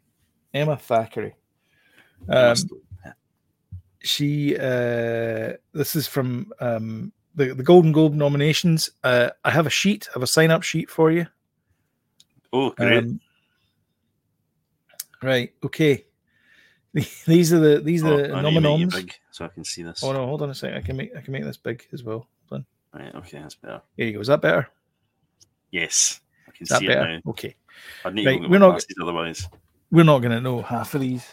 S1: Emma Thackeray.
S2: Emma
S1: Um,
S2: Stone.
S1: she uh this is from um the, the golden globe nominations uh i have a sheet i have a sign-up sheet for you
S2: Oh, great.
S1: um, right okay [laughs] these are the these are
S2: Oh,
S1: the
S2: I need to make you
S1: nominoms
S2: big so I can see this.
S1: oh no hold on a second i can make i can make this big as well hold on
S2: Right, okay, that's better.
S1: here you go is that better
S2: Yes, I can
S1: is that
S2: see
S1: better
S2: it now.
S1: okay
S2: I'd need
S1: Right,
S2: to go
S1: we're
S2: get
S1: not-
S2: my glasses otherwise.
S1: we're not going to know half of these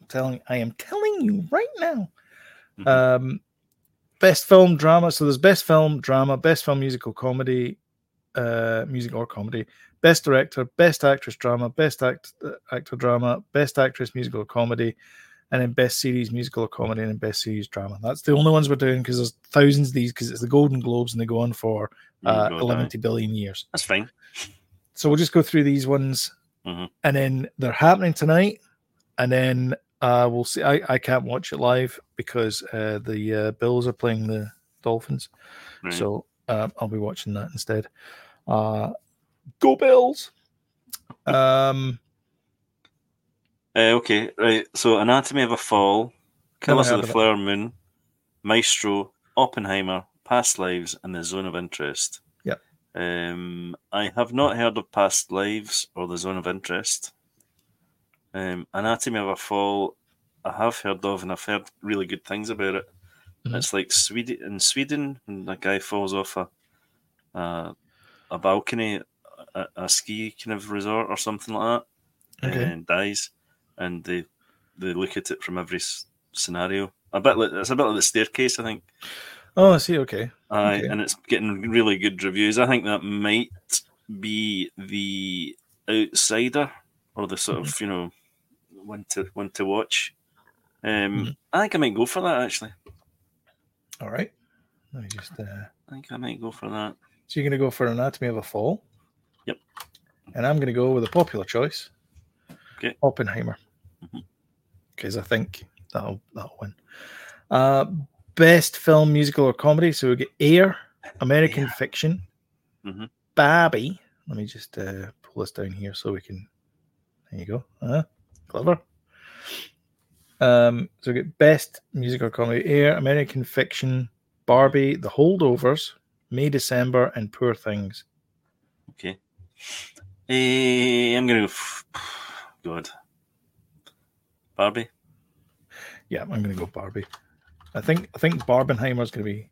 S1: I'm telling i am telling you right now
S2: Mhm.
S1: um best film drama so there's best film drama best film musical comedy uh music or comedy best director best actress drama best act uh, actor drama best actress musical or comedy and then best series musical or comedy and then best series drama that's the only ones we're doing because there's thousands of these because it's the golden globes and they go on for
S2: You
S1: uh,
S2: go,
S1: 11
S2: aye.
S1: billion years
S2: That's fine.
S1: so we'll just go through these ones
S2: Mhm.
S1: and then they're happening tonight and then uh we'll see i, I can't watch it live because uh the uh, bills are playing the dolphins
S2: Right.
S1: so uh, i'll be watching that instead uh go bills um
S2: Uh, okay, right. So Anatomy of a Fall, Killers
S1: heard
S2: of the
S1: of it.
S2: Flower Moon, Maestro, Oppenheimer, Past Lives, and The Zone of Interest.
S1: Yep.
S2: Um, I have not heard of Past Lives or The Zone of Interest. Um, Anatomy of a Fall, I have heard of, and I've heard really good things about it.
S1: Mhm.
S2: It's like Sweden in Sweden, and a guy falls off a a, a balcony, a, a ski kind of resort or something like that
S1: okay
S2: and dies, and they they look at it from every s- scenario. A bit like it's a bit like the staircase, I think.
S1: oh i see okay
S2: Aye,
S1: Okay.
S2: and it's getting really good reviews. I think that might be the outsider or the sort
S1: Mm-hmm.
S2: of you know one to one to watch. Um,
S1: Mhm.
S2: I think I might go for that actually.
S1: all right let me just uh
S2: I think I might go for that.
S1: so you're gonna go for anatomy of a fall
S2: Yep.
S1: and i'm gonna go with a popular choice
S2: Okay.
S1: oppenheimer
S2: Mhm.
S1: because i think that'll that'll win uh best film musical or comedy so we get air american fiction
S2: Mhm.
S1: barbie let me just uh pull this down here so we can there you go uh clever um so we get best musical or comedy air american fiction barbie the holdovers May, December, and Poor Things.
S2: Okay. Eh, I'm gonna go. F- [sighs] God. Barbie.
S1: Yeah, I'm going to go Barbie. I think I think Barbenheimer's going to be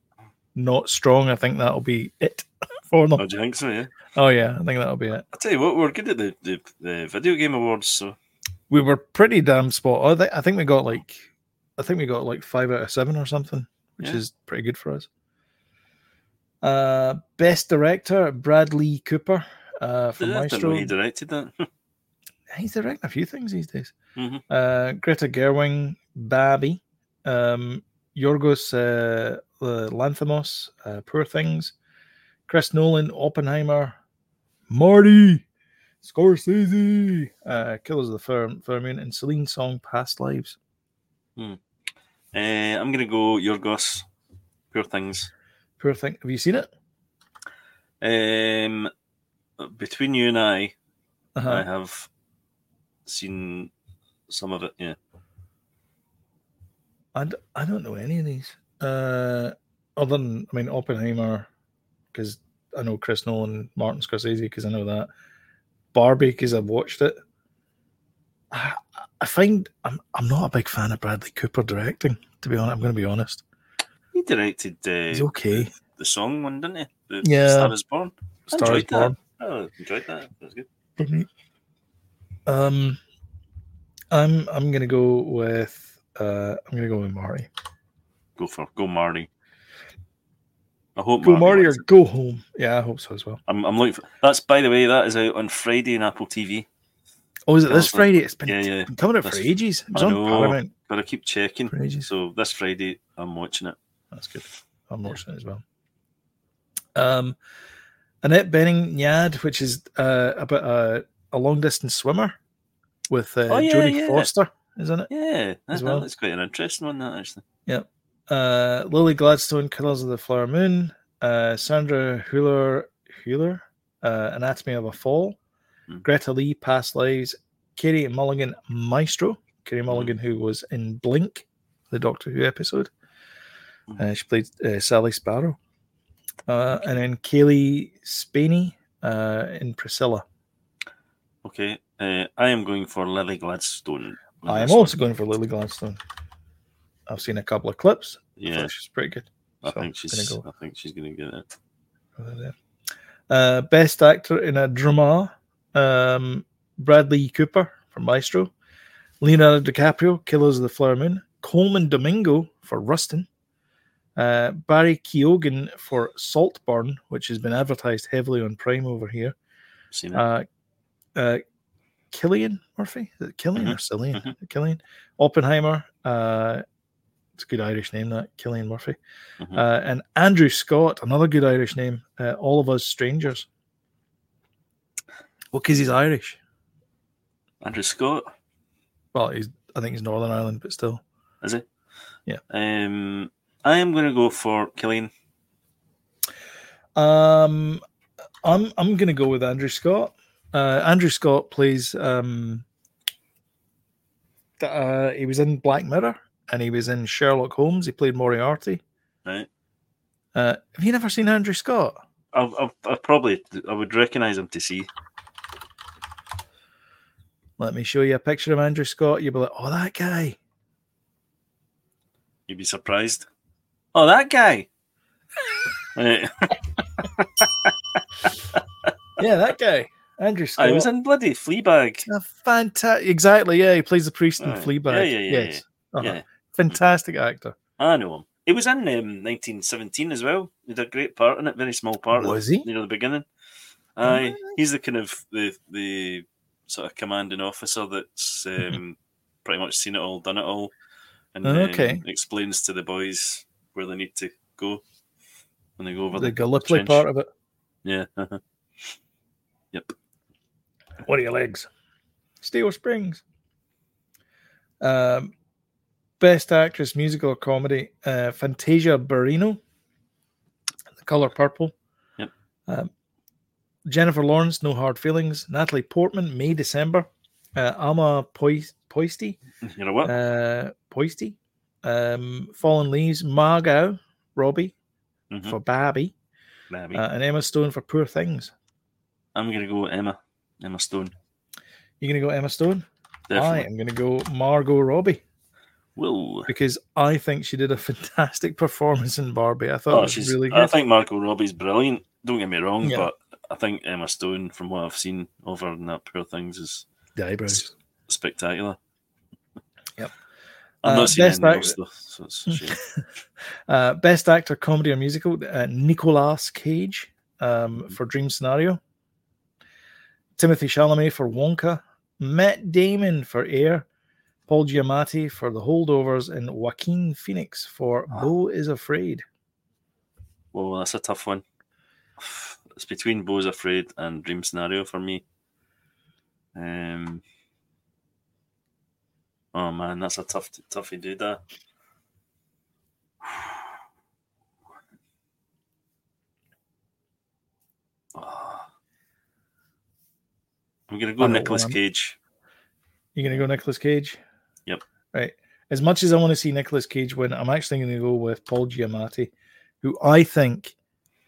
S1: not strong. I think that'll be it [laughs] for
S2: Oh,
S1: them.
S2: do you think so? Yeah.
S1: Oh yeah, I think that'll be it.
S2: I tell you what, we're good at the, the, the video game awards, so
S1: We were pretty damn spot. on. I thi- I think we got like I think we got like five out of seven or something, which
S2: Yeah.
S1: is pretty good for us. Uh, best director Bradley Cooper uh,
S2: I
S1: from
S2: didn't know
S1: Maestro.
S2: he directed that. [laughs]
S1: he's directing a few things these days.
S2: Mhm.
S1: Uh, Greta Gerwig, Babby, um, Yorgos uh, Lanthimos, uh, Poor Things, Chris Nolan, Oppenheimer, Marty, Scorsese, uh, Killers of the Fair, Fair Moon, and Celine Song, Past Lives.
S2: Uh, I'm gonna go Yorgos. Poor things.
S1: Poor Thing. Have you seen it?
S2: Um, between you and I,
S1: Uh-huh.
S2: I have seen some of it. Yeah.
S1: I, d- I don't know any of these. Uh, other than, I mean, Oppenheimer, because I know Chris Nolan, Martin Scorsese, because I know that. Barbie, because I've watched it. I, I find I'm, I'm not a big fan of Bradley Cooper directing, to be honest. I'm going to be honest.
S2: He directed uh,
S1: He's okay.
S2: the song one, didn't he? The
S1: Yeah.
S2: Star is Born. I
S1: Star is
S2: enjoyed that.
S1: Born.
S2: Oh, enjoyed that. That was good.
S1: for me. Um, I'm I'm gonna go with uh I'm gonna go with Marty.
S2: Go for go Marty. I hope
S1: Go Marty or
S2: wins it.
S1: go home. Yeah, I hope so as well.
S2: I'm, I'm looking for. That's by the way. That is out on Friday on Apple TV.
S1: Oh, is it this
S2: Awesome.
S1: Friday? It's been,
S2: Yeah, yeah.
S1: been coming out for
S2: That's-
S1: ages. It was
S2: I
S1: on
S2: know.
S1: Paramount
S2: But I keep checking.
S1: for ages.
S2: So this Friday I'm watching it.
S1: That's good. I'm watching it as well. Um, Annette Benning Nyad, which is uh, about a, a long distance swimmer with uh,
S2: Oh, yeah,
S1: Jodie
S2: yeah.
S1: Foster, isn't it?
S2: Yeah,
S1: As
S2: that,
S1: well.
S2: that looks quite an interesting one. That actually.
S1: Uh, Lily Gladstone, Killers of the Flower Moon, uh, Sandra Hüller, Hüller, uh, Anatomy of a Fall,
S2: Mm.
S1: Greta Lee, Past Lives, Kerry Mulligan, Maestro, Kerry Mulligan, who was in Blink, the Doctor Who episode.
S2: Mm.
S1: Uh, she played uh, Sally Sparrow. Uh, and then Kaylee Spaney uh, in Priscilla.
S2: Okay, uh, I am going for Lily Gladstone. with
S1: I am
S2: this one.
S1: also going for Lily Gladstone. I've seen a couple of clips. I
S2: Yeah,
S1: thought she's pretty good.
S2: I
S1: so
S2: think
S1: I'm gonna
S2: she's.
S1: go-
S2: I think she's going to get it.
S1: over there. Uh, best actor in a drama, um, Bradley Cooper for Maestro, Leonardo DiCaprio, Killers of the Flower Moon, Coleman Domingo for Rustin, uh, Barry Keoghan for Saltburn, which has been advertised heavily on Prime over here,
S2: Seen it.
S1: uh, uh, Killian Murphy, is it Killian or Cillian? Killian Oppenheimer. Uh, it's a good Irish name, that Killian Murphy.
S2: Mhm.
S1: Uh, and Andrew Scott, another good Irish name. Uh, All of us strangers. Well, because he's Irish.
S2: Andrew Scott
S1: Well, he's I think he's Northern Ireland, but still.
S2: is it?
S1: Yeah.
S2: Um, I am going to go for Killian.
S1: Um, I'm I'm gonna go with Andrew Scott. Uh, Andrew Scott plays. Um, th- uh, he was in Black Mirror and he was in Sherlock Holmes. He played Moriarty.
S2: Right.
S1: Uh, have you never seen Andrew Scott?
S2: I've, I've, I've probably I would recognise him to see.
S1: Let me show you a picture of Andrew Scott. You'll be like, oh, that guy.
S2: You'd be surprised. Oh, that guy. [laughs] Uh,
S1: Yeah, that guy. Andrew Scott.
S2: I was in bloody Fleabag.
S1: a fantastic. Exactly. Yeah, he plays the priest in
S2: Aye.
S1: Fleabag.
S2: Yeah, yeah, yeah,
S1: yes. Uh-huh.
S2: Yeah,
S1: Fantastic actor.
S2: I know him. He was in um, 1917 as well. He did a great part in it, very small part.
S1: Was he?
S2: near the beginning. Aye, he's the kind of the the sort of commanding officer
S1: [laughs]
S2: that's um, pretty much seen it all, done it all, and um,
S1: Oh, Okay.
S2: explains to the boys where they need to go when they go over
S1: the
S2: the,
S1: Gallipoli
S2: trench.
S1: part of it.
S2: yeah. [laughs]
S1: What are your legs? Steel Springs. Um, best actress, musical or comedy, uh, Fantasia Barrino, The Color Purple.
S2: Yep.
S1: Um, Jennifer Lawrence, No Hard Feelings. Natalie Portman, May December. Uh, Alma Pois- Poisty,
S2: you know what?
S1: uh, Poisty, um, Fallen Leaves, Margot Robbie
S2: Mhm.
S1: for Barbie,
S2: Nah, me.
S1: uh, and Emma Stone for Poor Things.
S2: I'm gonna go Emma, Emma Stone.
S1: You're gonna go Emma Stone. I
S2: Definitely.
S1: am gonna go Margot Robbie
S2: Will.
S1: because I think she did a fantastic [laughs] performance in Barbie. I thought it
S2: Oh,
S1: was
S2: she's.
S1: really
S2: I
S1: good.
S2: think Margot Robbie's brilliant. Don't get me wrong,
S1: Yeah.
S2: but I think Emma Stone, from what I've seen over in that Poor Things, is
S1: the eyebrows.
S2: spectacular.
S1: Yep.
S2: I'm
S1: Uh,
S2: not seeing
S1: best
S2: anything
S1: act-
S2: else though, so
S1: [laughs]
S2: it's a shame.
S1: Uh, best actor, comedy or musical, uh, Nicolas
S2: Mm-hmm.
S1: Cage um, for Dream Scenario, Timothy Chalamet for Wonka, Matt Damon for Air, Paul Giamatti for The Holdovers, and Joaquin Phoenix for
S2: Ah.
S1: Bo is Afraid.
S2: Well, that's a tough one. It's between Bo's Afraid and Dream Scenario for me. Um. Oh man, that's a tough, toughy do that. [sighs] I'm gonna go
S1: I know
S2: Nicolas
S1: one.
S2: Cage.
S1: You're gonna go Nicolas Cage?
S2: Yep.
S1: Right. As much as I want to see Nicolas Cage win, I'm actually gonna go with Paul Giamatti, who I think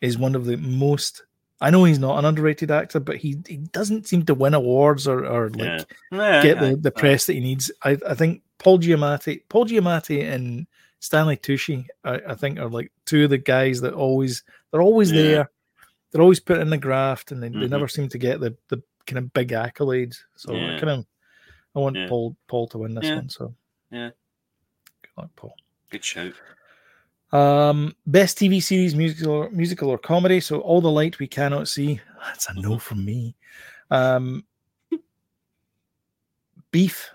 S1: is one of the most I know he's not an underrated actor, but he, he doesn't seem to win awards or, or like
S2: yeah, yeah,
S1: get
S2: aye,
S1: the, the
S2: aye.
S1: press that he needs. I, I think Paul Giamatti, Paul Giamatti and Stanley Tucci, I, I think are like two of the guys that always they're always
S2: Yeah.
S1: there. They're always put in the graft and they, they
S2: Mhm.
S1: never seem to get the, the kind of big accolades. So I
S2: Yeah.
S1: kind of I want
S2: Yeah.
S1: Paul Paul to win this
S2: Yeah.
S1: one. So
S2: Yeah.
S1: Good luck, Paul.
S2: Good shout.
S1: Um, best TV series, musical, or, musical or comedy. So all the light we cannot see. That's a no from me. Um, [laughs] Beef,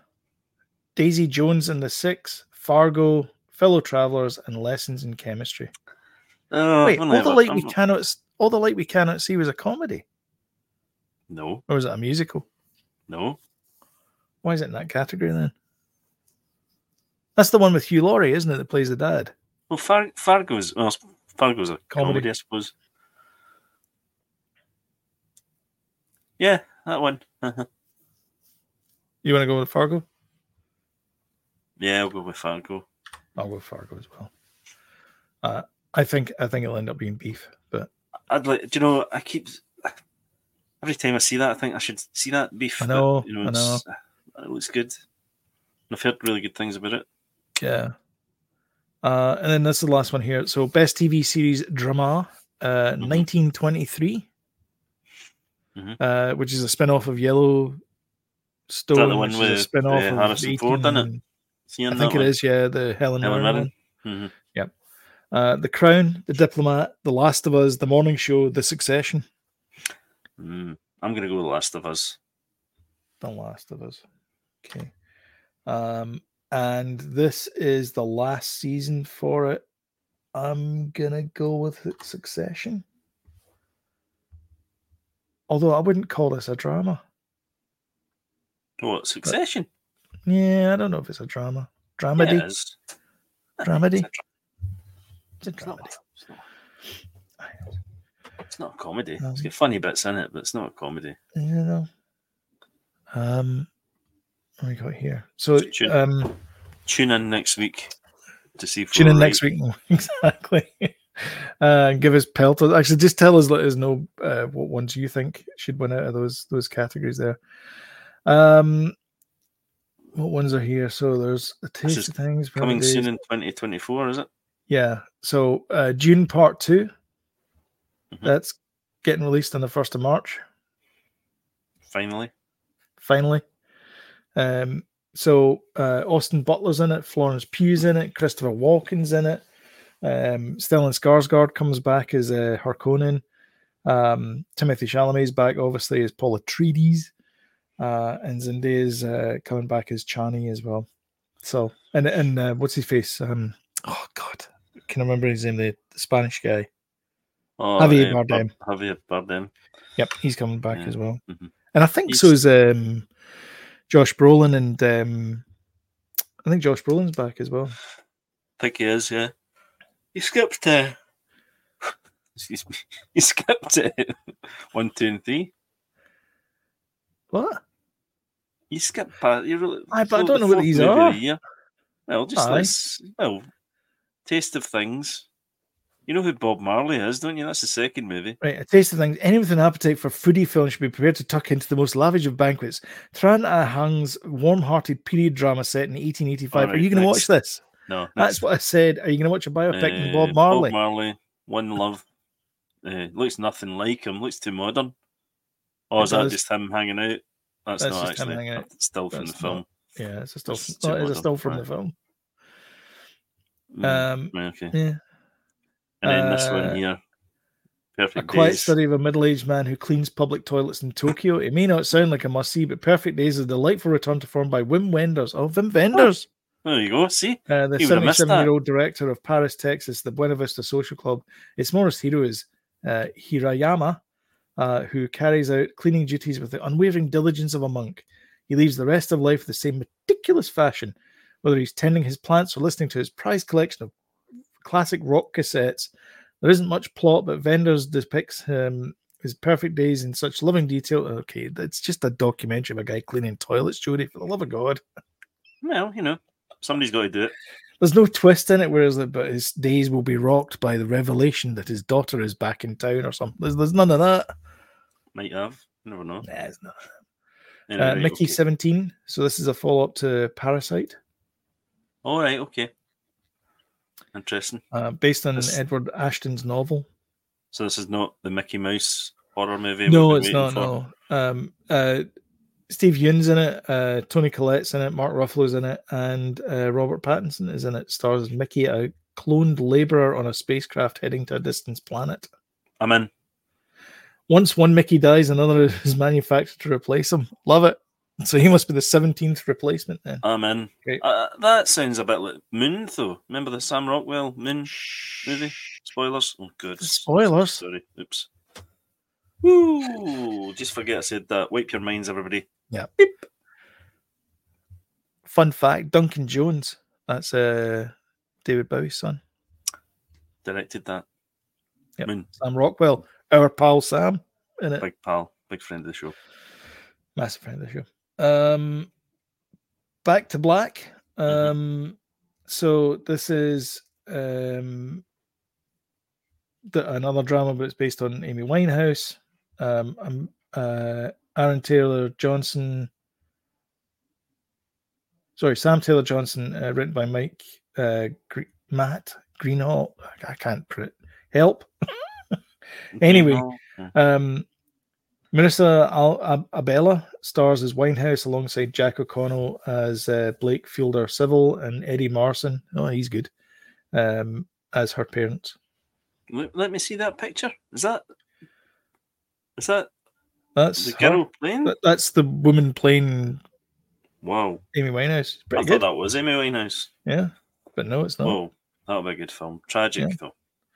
S1: Daisy Jones and the Six, Fargo, Fellow Travelers, and Lessons in Chemistry.
S2: Oh,
S1: Wait,
S2: I've
S1: all
S2: only
S1: the
S2: ever-
S1: light we
S2: I've-
S1: cannot, s- all the light we cannot see was a comedy,
S2: No,
S1: or was it a musical?
S2: no.
S1: Why is it in that category then? That's the one with Hugh Laurie, isn't it? That plays the dad.
S2: Well, Far- Fargo's well, Fargo's a
S1: Comedy.
S2: comedy. I suppose. Yeah, that one.
S1: You want to go with Fargo?
S2: yeah, I'll go with Fargo.
S1: I'll go Fargo as well. Uh, I think I think it'll end up being beef, but
S2: I'd like. Do you know? I keep every time I see that, I think I should see that beef.
S1: I
S2: but,
S1: know,
S2: you know,
S1: I
S2: it's- uh, It looks good. And I've heard really good things about it.
S1: yeah. Uh, and then this is the last one here. So best TV series drama, uh,
S2: Mhm.
S1: 1923,
S2: Mhm.
S1: uh, which is a spin-off of Yellow Stone.
S2: one
S1: which is
S2: with,
S1: a spin-off
S2: uh,
S1: of
S2: Harrison Ford, isn't it?
S1: 18
S2: Seeing
S1: I think
S2: that
S1: it is. Yeah, the Helen,
S2: Helen
S1: Mirren
S2: Mirren.
S1: one.
S2: Mhm.
S1: Yep. Uh, the Crown, The Diplomat, The Last of Us, The Morning Show, The Succession.
S2: one. Mm, I'm gonna go with Last of Us.
S1: The Last of Us. Okay. Um, and this is the last season for it. I'm gonna go with it- Succession. Although I wouldn't call this a drama.
S2: What Oh, Succession?
S1: Yeah, I don't know if it's a drama.
S2: Yeah,
S1: Dramedy.
S2: it is.
S1: Dramedy.
S2: dra-
S1: It's a
S2: It's not,
S1: dramedy.
S2: it's not- it's not a comedy.
S1: Um,
S2: it's got funny bits in it, but it's not a comedy.
S1: You know. Um what we got here? So
S2: Tune-
S1: um
S2: Tune in next week to see if
S1: Tune
S2: we're
S1: in
S2: right.
S1: next week. [laughs] exactly. Uh, give us pelters. Actually, just tell us, let us know uh, what ones you think should win out of those those categories there. Um, what ones are here? So there's a taste
S2: is
S1: of things Better
S2: Coming
S1: Days.
S2: soon in 2024, is it?
S1: Yeah. So uh, June Part 2
S2: Mhm.
S1: That's getting released on the first of March.
S2: Finally.
S1: Finally. Um. So uh, Austin Butler's in it. Florence Pugh's in it. Christopher Walken's in it. Um, Stellan Skarsgård comes back as uh, Harkonnen. Um, Timothy Chalamet's back, obviously, as Paul Atreides. Uh, and Zendaya's uh, coming back as Chani as well. So, and and uh, what's his face? Um, oh God, can I remember his name? The, the Spanish guy,
S2: Oh,
S1: Javier
S2: uh,
S1: Bardem.
S2: Bar- Javier Bardem.
S1: Yep, he's coming back
S2: Yeah,
S1: as well.
S2: mhm.
S1: And I think so
S2: He's-
S1: is um, Josh Brolin, and um, I think Josh Brolin's back as well.
S2: think he is, yeah. He skipped. Uh, [laughs] excuse me. He skipped uh, [laughs] one, two, and three.
S1: What?
S2: He skipped past. You really,
S1: Aye, but I
S2: the
S1: don't know what
S2: fourth
S1: these
S2: movie of the
S1: are.
S2: year. Well, just
S1: Aye.
S2: let's. Well, Taste of Things. You know who Bob Marley is, don't you? That's the second movie.
S1: Right, a taste of things. Anyone with an appetite for foodie film should be prepared to tuck into the most lavish of banquets. Tran Ahang's warm-hearted period drama set in 1885.
S2: All
S1: Are
S2: right,
S1: you going to watch
S2: next.
S1: this?
S2: No,
S1: That's what I said. Are you going to watch a biopic
S2: Uh,
S1: on Bob Marley?
S2: One Love. Uh, looks nothing like him. Looks too modern. Or
S1: It
S2: is that
S1: does.
S2: just him hanging out? That's,
S1: That's
S2: not
S1: just him
S2: actually.
S1: hanging out.
S2: that's still from
S1: That's
S2: the film.
S1: yeah, it's a still.
S2: That's
S1: Well, it's a
S2: Tim
S1: still from the
S2: Burton,
S1: film.
S2: Mm,
S1: Um,
S2: Hmm. right, okay.
S1: Uh, yeah.
S2: And then this one
S1: uh,
S2: here, Perfect
S1: A quiet
S2: Days.
S1: study of a middle aged man who cleans public toilets in Tokyo. It may not sound like a must see, but Perfect Days is a delightful return to form by Wim Wenders. Oh, Wim Wenders!
S2: There you go. See,
S1: Uh, the
S2: He would've missed that.
S1: 77 year old director of Paris, Texas, the Buena Vista Social Club. Its morris hero is uh, Hirayama, uh, who carries out cleaning duties with the unwavering diligence of a monk. He leaves the rest of life the same meticulous fashion, whether he's tending his plants or listening to his prized collection of classic rock cassettes. There isn't much plot, but Vendors depicts him. His perfect days in such loving detail. Okay, it's just a documentary of a guy cleaning toilets, Jody. For the love of God,
S2: well, you know, somebody's got to do it.
S1: there's no twist in it, whereas the, but his days will be rocked by the revelation that his daughter is back in town or something. There's, there's none of that.
S2: Might have. Never know.
S1: Nah, it's not.
S2: Anyway,
S1: Uh,
S2: right,
S1: Mickey
S2: okay.
S1: 17. So this is a follow up to Parasite,
S2: All right. Okay. Interesting.
S1: uh, based on
S2: This-
S1: Edward Ashton's novel.
S2: So this is not the Mickey Mouse horror movie.
S1: No,
S2: we've
S1: it's
S2: been
S1: not.
S2: waiting for.
S1: No. Um, uh, Steve Yeun's in it. Uh, Tony Collette's in it. Mark Ruffalo's in it, and uh, Robert Pattinson is in it. Stars as Mickey, a cloned laborer on a spacecraft heading to a distant planet.
S2: I'm in.
S1: Once one Mickey dies, another [laughs] is manufactured to replace him. Love it. So he must be the 17th replacement then.
S2: I'm in.
S1: Great.
S2: Uh, that sounds a bit like Moon, though. Remember the Sam Rockwell Moon movie? Spoilers. Oh, good.
S1: Spoilers.
S2: Sorry. Oops. Woo! Just forget I said that. Wipe your minds, everybody.
S1: Yeah. Beep. Fun fact Duncan Jones, that's uh, David Bowie's son.
S2: Directed that.
S1: Yep.
S2: Moon,
S1: Sam Rockwell, our pal Sam, in it.
S2: big pal, big friend of the show.
S1: Massive friend of the show. Um, Back to Black.
S2: Mhm.
S1: Um, so this is um, the, another drama, but it's based on Amy Winehouse. Um, um, uh, Aaron Taylor Johnson. Sorry, Sam Taylor Johnson, uh, written by Mike uh, Gre- Matt Greenhall. I can't put it. Help. Anyway,
S2: Yeah.
S1: Um, Marissa Al- Ab- Abella stars as Winehouse alongside Jack O'Connell as uh, Blake Fielder Civil and Eddie Marson. Oh, he's good. Um, as her parents.
S2: Let, let me see that picture. Is that is that
S1: That's
S2: the
S1: her-
S2: girl playing?
S1: that- that's the woman playing
S2: Wow,
S1: Amy Winehouse. It's
S2: I
S1: Pretty
S2: thought
S1: good.
S2: that was Amy Winehouse.
S1: Yeah, but no, it's not.
S2: Oh, that would be a good film. Tragic
S1: Yeah.
S2: though.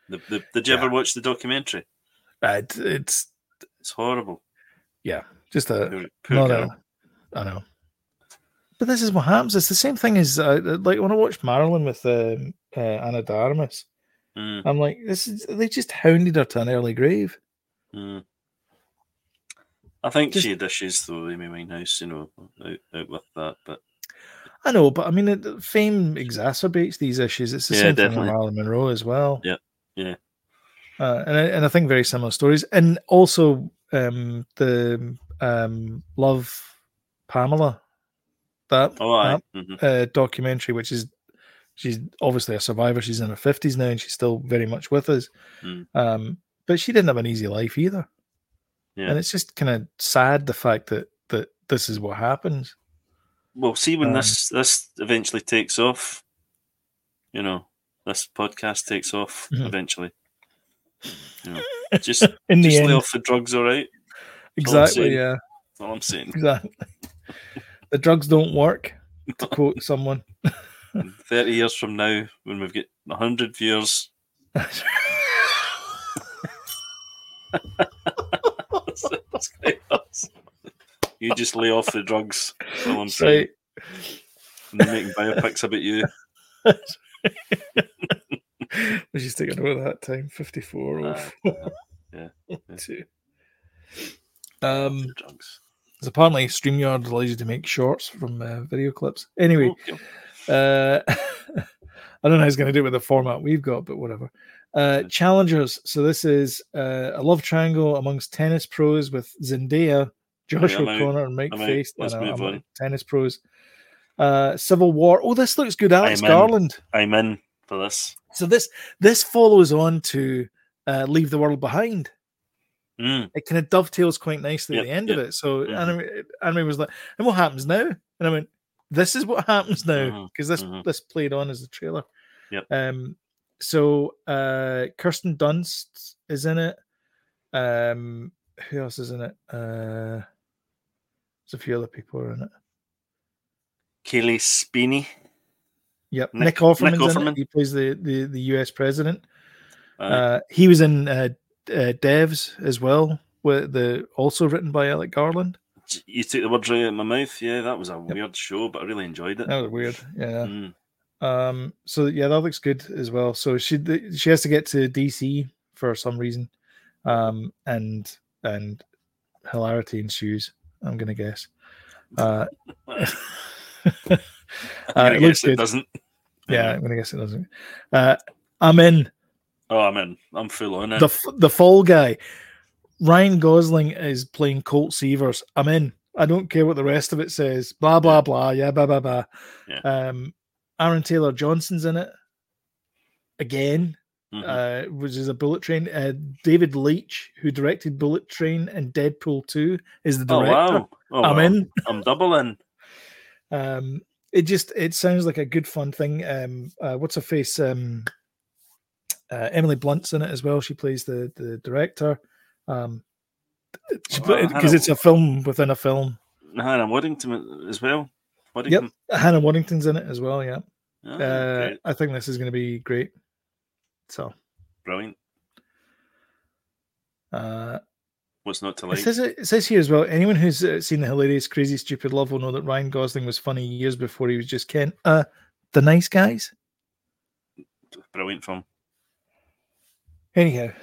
S2: The, the, did you ever watch the documentary?
S1: Uh, it- it's
S2: It's horrible.
S1: just a
S2: Poor, poor
S1: not
S2: girl.
S1: a. I know. But this is what happens. It's the same thing as uh, like when I watched Marilyn with um, uh, Anna Darmus.
S2: Mm,
S1: I'm like, this is they just hounded her to an early grave.
S2: mm. I think
S1: Just-
S2: she had issues though, Amy Winehouse. You know, out, out with that, but
S1: I know, but I mean, it, fame exacerbates these issues. It's the
S2: Yeah,
S1: same thing
S2: definitely.
S1: with Marilyn Monroe as well.
S2: Yeah, yeah.
S1: Uh, and I, and I think very similar stories, and also um, the um, Love Pamela that
S2: oh, I
S1: that, uh, documentary, which is she's obviously a survivor. She's in her fifties now, and she's still very much with us.
S2: Mm.
S1: Um, but she didn't have an easy life either,
S2: Yeah.
S1: and it's just kind of sad the fact that that this is what happens.
S2: Well, see when
S1: Um,
S2: this this eventually takes off. You know, this podcast takes off
S1: Mhm.
S2: eventually. You
S1: [laughs]
S2: know, just
S1: In the
S2: just lay
S1: end,
S2: off the drugs, all right. all I'm
S1: exactly.
S2: saying.
S1: Yeah.
S2: That's all
S1: [laughs]
S2: I'm saying.
S1: Exactly. the drugs don't work, to quote someone.
S2: Thirty years from now, when we've got hundred viewers, [laughs] that's great. you just lay off the drugs. That's all I'm saying.
S1: [laughs] right.
S2: And they're making biopics about you.
S1: Let's just take a note of that time 54 or
S2: Aye, yeah, yeah.
S1: two. Um,
S2: drugs.
S1: it's apparently StreamYard allows you to make shorts from uh, video clips. Anyway,
S2: Okay.
S1: Uh, [laughs] I don't know how he's going to do it with the format we've got, but whatever. Uh, Challengers. So this is uh, a love triangle amongst tennis pros with Zendaya, Josh
S2: I'm out.
S1: O'Connor, and Mike
S2: I'm out.
S1: Face.
S2: Let's move on.
S1: Tennis pros. Uh, Civil War. Oh, this looks good, Alex
S2: I'm in.
S1: Garland.
S2: I'm in for this.
S1: So this this follows on to uh, Leave the World Behind
S2: Mm,
S1: it kind of dovetails quite nicely at
S2: Yep,
S1: the end of it. So
S2: mhm.
S1: anime, anime was like, and what happens now? And I went, this is what [laughs] happens now
S2: Mhm,
S1: because this
S2: mhm.
S1: this played on as the trailer.
S2: Yep.
S1: Um. So uh, Kirsten Dunst is in it. Um, who else is in it? Uh, there's a few other people who are in it.
S2: Kaylee Spini.
S1: Yep, Nick,
S2: Nick-
S1: Offerman's
S2: Nick
S1: in
S2: Offerman.
S1: it. He plays the, the, the US president.
S2: Uh,
S1: Uh, he was in uh, uh, Devs as well, with the also written by Alec Garland.
S2: j- you took the words right out of my mouth. Yeah, that was a weird show, but I really enjoyed it.
S1: That was weird. Yeah.
S2: Mm.
S1: Um. So yeah, that looks good as well. So she th- she has to get to DC for some reason, um, and and hilarity ensues. I'm gonna guess. Uh, [laughs] uh,
S2: I
S1: it looks
S2: guess it
S1: good.
S2: doesn't. Hmm.
S1: Yeah, I'm gonna guess it doesn't. Uh, I'm in.
S2: Oh, I'm in. I'm full on it.
S1: the f- the fall guy. Ryan Gosling is playing Colt Seavers. I'm in. I don't care what the rest of it says. Blah blah blah. Yeah, blah blah blah.
S2: Yeah.
S1: Um, Aaron Taylor Johnson's in it again,
S2: Mhm.
S1: uh, which is a Bullet Train. Uh, David Leitch, who directed Bullet Train and Deadpool Two, is the
S2: oh
S1: director.
S2: wow! Oh,
S1: I'm
S2: wow.
S1: in.
S2: I'm double in.
S1: Um, it just it sounds like a good fun thing. Um, uh, what's her face? Um, uh, Emily Blunt's in it as well. She plays the the director. Um,
S2: Oh, wow,
S1: because it's a film within a film.
S2: Hannah Waddington as well. Waddington.
S1: Hannah Waddington's in it as well. Yeah,
S2: Ah,
S1: uh,
S2: great.
S1: I think this is going to be great. So,
S2: Brilliant.
S1: uh,
S2: What's not to like?
S1: It says it says here as well. Anyone who's uh, seen the hilarious, crazy, stupid love will know that Ryan Gosling was funny years before he was just Ken. Uh, the nice guys.
S2: Brilliant film.
S1: Anyhow,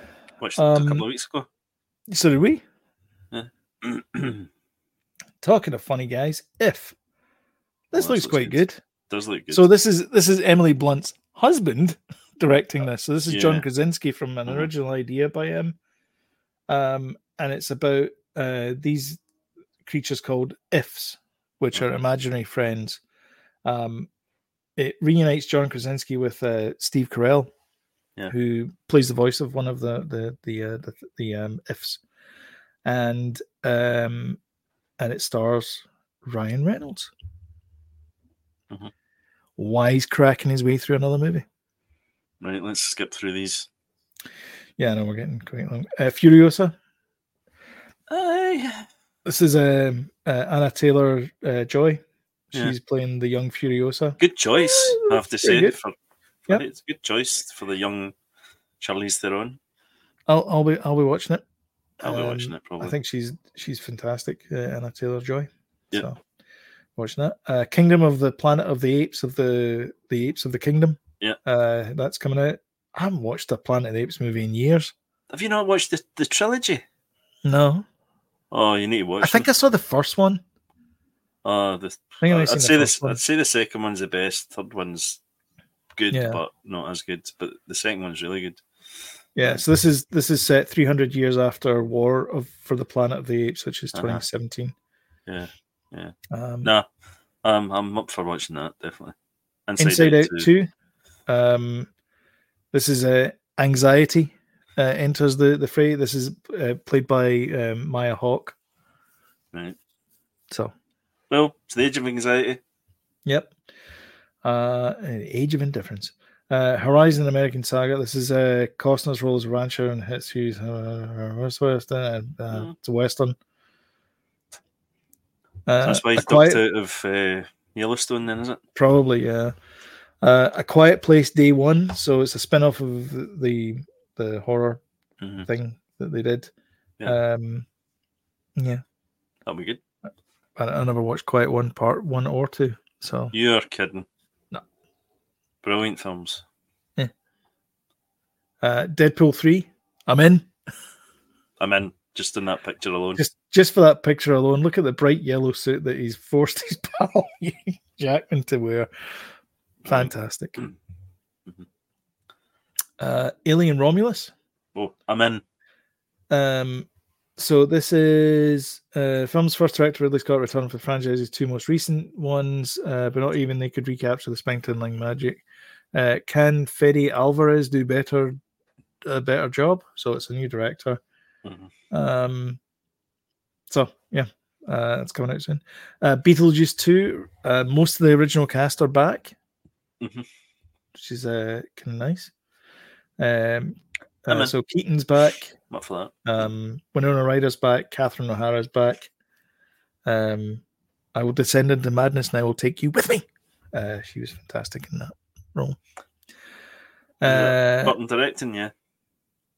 S2: Watched it a
S1: Um,
S2: couple of weeks ago. [clears throat]
S1: so do we. Talking of funny guys, if this
S2: Well,
S1: looks
S2: this looks
S1: quite
S2: good.
S1: good.
S2: Does look good.
S1: So this is this is Emily Blunt's husband [laughs] directing this. So this is John
S2: Uh, Yeah.
S1: Krasinski from an
S2: Mhm.
S1: original idea by him, um, and it's about uh, these creatures called ifs, which are
S2: Mhm.
S1: imaginary friends. Um, it reunites John Krasinski with uh, Steve Carell,
S2: Yeah.
S1: who plays the voice of one of the the the uh, the, the um, ifs, and um, and it stars Ryan Reynolds why he's cracking his way through another movie.
S2: right, let's skip through these.
S1: Yeah, I know we're getting quite long. Uh, Furiosa.
S2: Aye.
S1: This is um, uh, Anna Taylor uh, Joy. She's
S2: Yeah.
S1: playing the young Furiosa.
S2: Good choice, I have
S1: Very
S2: to say.
S1: good.
S2: For, for
S1: Yep.
S2: it's a good choice for the young Charlize Theron.
S1: I'll, I'll be I'll be watching it.
S2: I'll be
S1: Um,
S2: watching it probably.
S1: I think she's she's fantastic, uh, Anna Taylor Joy.
S2: Yeah.
S1: So watching that. Uh, Kingdom of the Planet of the Apes of the the Apes of the Kingdom.
S2: Yeah.
S1: Uh, that's coming out. I haven't watched a Planet of the Apes movie in years.
S2: Have you not watched the, the trilogy?
S1: No,
S2: Oh, you need to watch.
S1: I think I saw the first one.
S2: them. Uh, the,
S1: I think I
S2: I'd say this.
S1: first one.
S2: I'd say the second one's the best. Third one's good,
S1: Yeah.
S2: but not as good. But the second one's really good.
S1: Yeah, so this is this is set 300 years after War of for the Planet of the Apes, which is
S2: Uh-huh.
S1: 2017.
S2: Yeah, yeah.
S1: Um,
S2: Nah, um, I'm up for watching that definitely.
S1: Inside, Out
S2: too.
S1: 2. Um, this is uh, Anxiety uh, enters the the fray. This is uh, played by um, Maya Hawke.
S2: Right.
S1: So,
S2: Well, it's the age of anxiety.
S1: yep. Uh, Age of Indifference. Uh, Horizon American Saga. This is uh, Costner's role as rancher and hits Hughes. Uh, West Western. Uh,
S2: Mm.
S1: It's a Western. Uh,
S2: That's why
S1: A
S2: he's
S1: Quiet-
S2: ducked out of uh, Yellowstone, then, is it?
S1: Probably, yeah. Uh, a Quiet Place Day One, so it's a spin-off of the the, the horror
S2: Mhm.
S1: thing that they did.
S2: Yeah.
S1: Um, yeah,
S2: That'll be good.
S1: I, I never watched Quiet One Part One or Two, so
S2: You're kidding.
S1: No.
S2: Brilliant films.
S1: uh, Deadpool Three, I'm in
S2: I'm in just in that picture alone.
S1: just just for that picture alone. Look at the bright yellow suit that he's forced his [laughs] pal Jackman to wear. Fantastic. Uh, Alien Romulus.
S2: Oh, I'm in.
S1: Um, so this is uh, film's first director Ridley Scott returned for the franchise's two most recent ones, uh, but not even they could recapture the spine-tingling magic. Uh, can Fede Alvarez do better? A better job. So it's a new director.
S2: Mhm.
S1: Um, so yeah, uh, it's coming out soon. Uh, Beetlejuice two. Uh, most of the original cast are back,
S2: Mhm.
S1: which is uh, kind of nice. Um, uh,
S2: I'm in.
S1: so Keaton's back.
S2: Not for that.
S1: Um, Winona Ryder's back. Catherine O'Hara's back. Um, I will descend into madness and I will take you with me. Uh, she was fantastic in that role.
S2: Yeah,
S1: Uh,
S2: Button directing, yeah.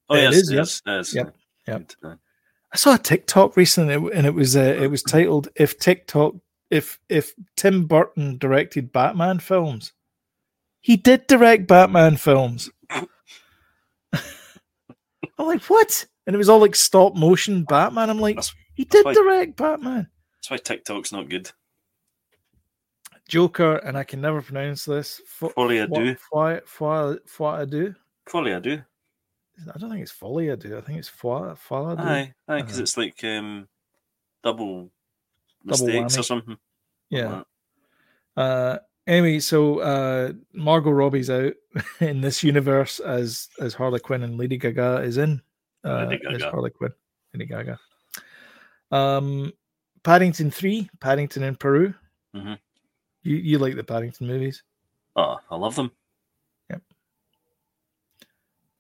S2: Oh,
S1: It
S2: yes,
S1: is,
S2: yes, yes.
S1: Yep, yep.
S2: Good. uh,
S1: I saw a TikTok recently, and it- and it was uh, it was titled "If TikTok if if Tim Burton directed Batman films." He did direct Batman films. [laughs] I'm like, what? And it was all like stop motion Batman. I'm like,
S2: That's-
S1: he did
S2: why-
S1: direct Batman,
S2: That's why TikTok's not good.
S1: Joker, and I can never pronounce this. Fo-
S2: Folly I do.
S1: What, Foi- Foi- Foi- I do.
S2: Folly I do.
S1: I don't think it's folly. I do. I think it's foi. Foi. I do.
S2: Aye, aye, because
S1: Uh-huh.
S2: it's like um, double
S1: Double
S2: mistakes or
S1: whammy.
S2: something.
S1: Yeah.
S2: Like
S1: Uh, anyway, so uh, Margot Robbie's out [laughs] in this universe as as Harley Quinn, and Lady Gaga is in uh,
S2: Lady
S1: as
S2: Gaga.
S1: Harley Quinn. Lady Gaga. Um, Paddington Three, Paddington in Peru.
S2: Mhm.
S1: You you like the Paddington movies?
S2: that. Oh, I love them.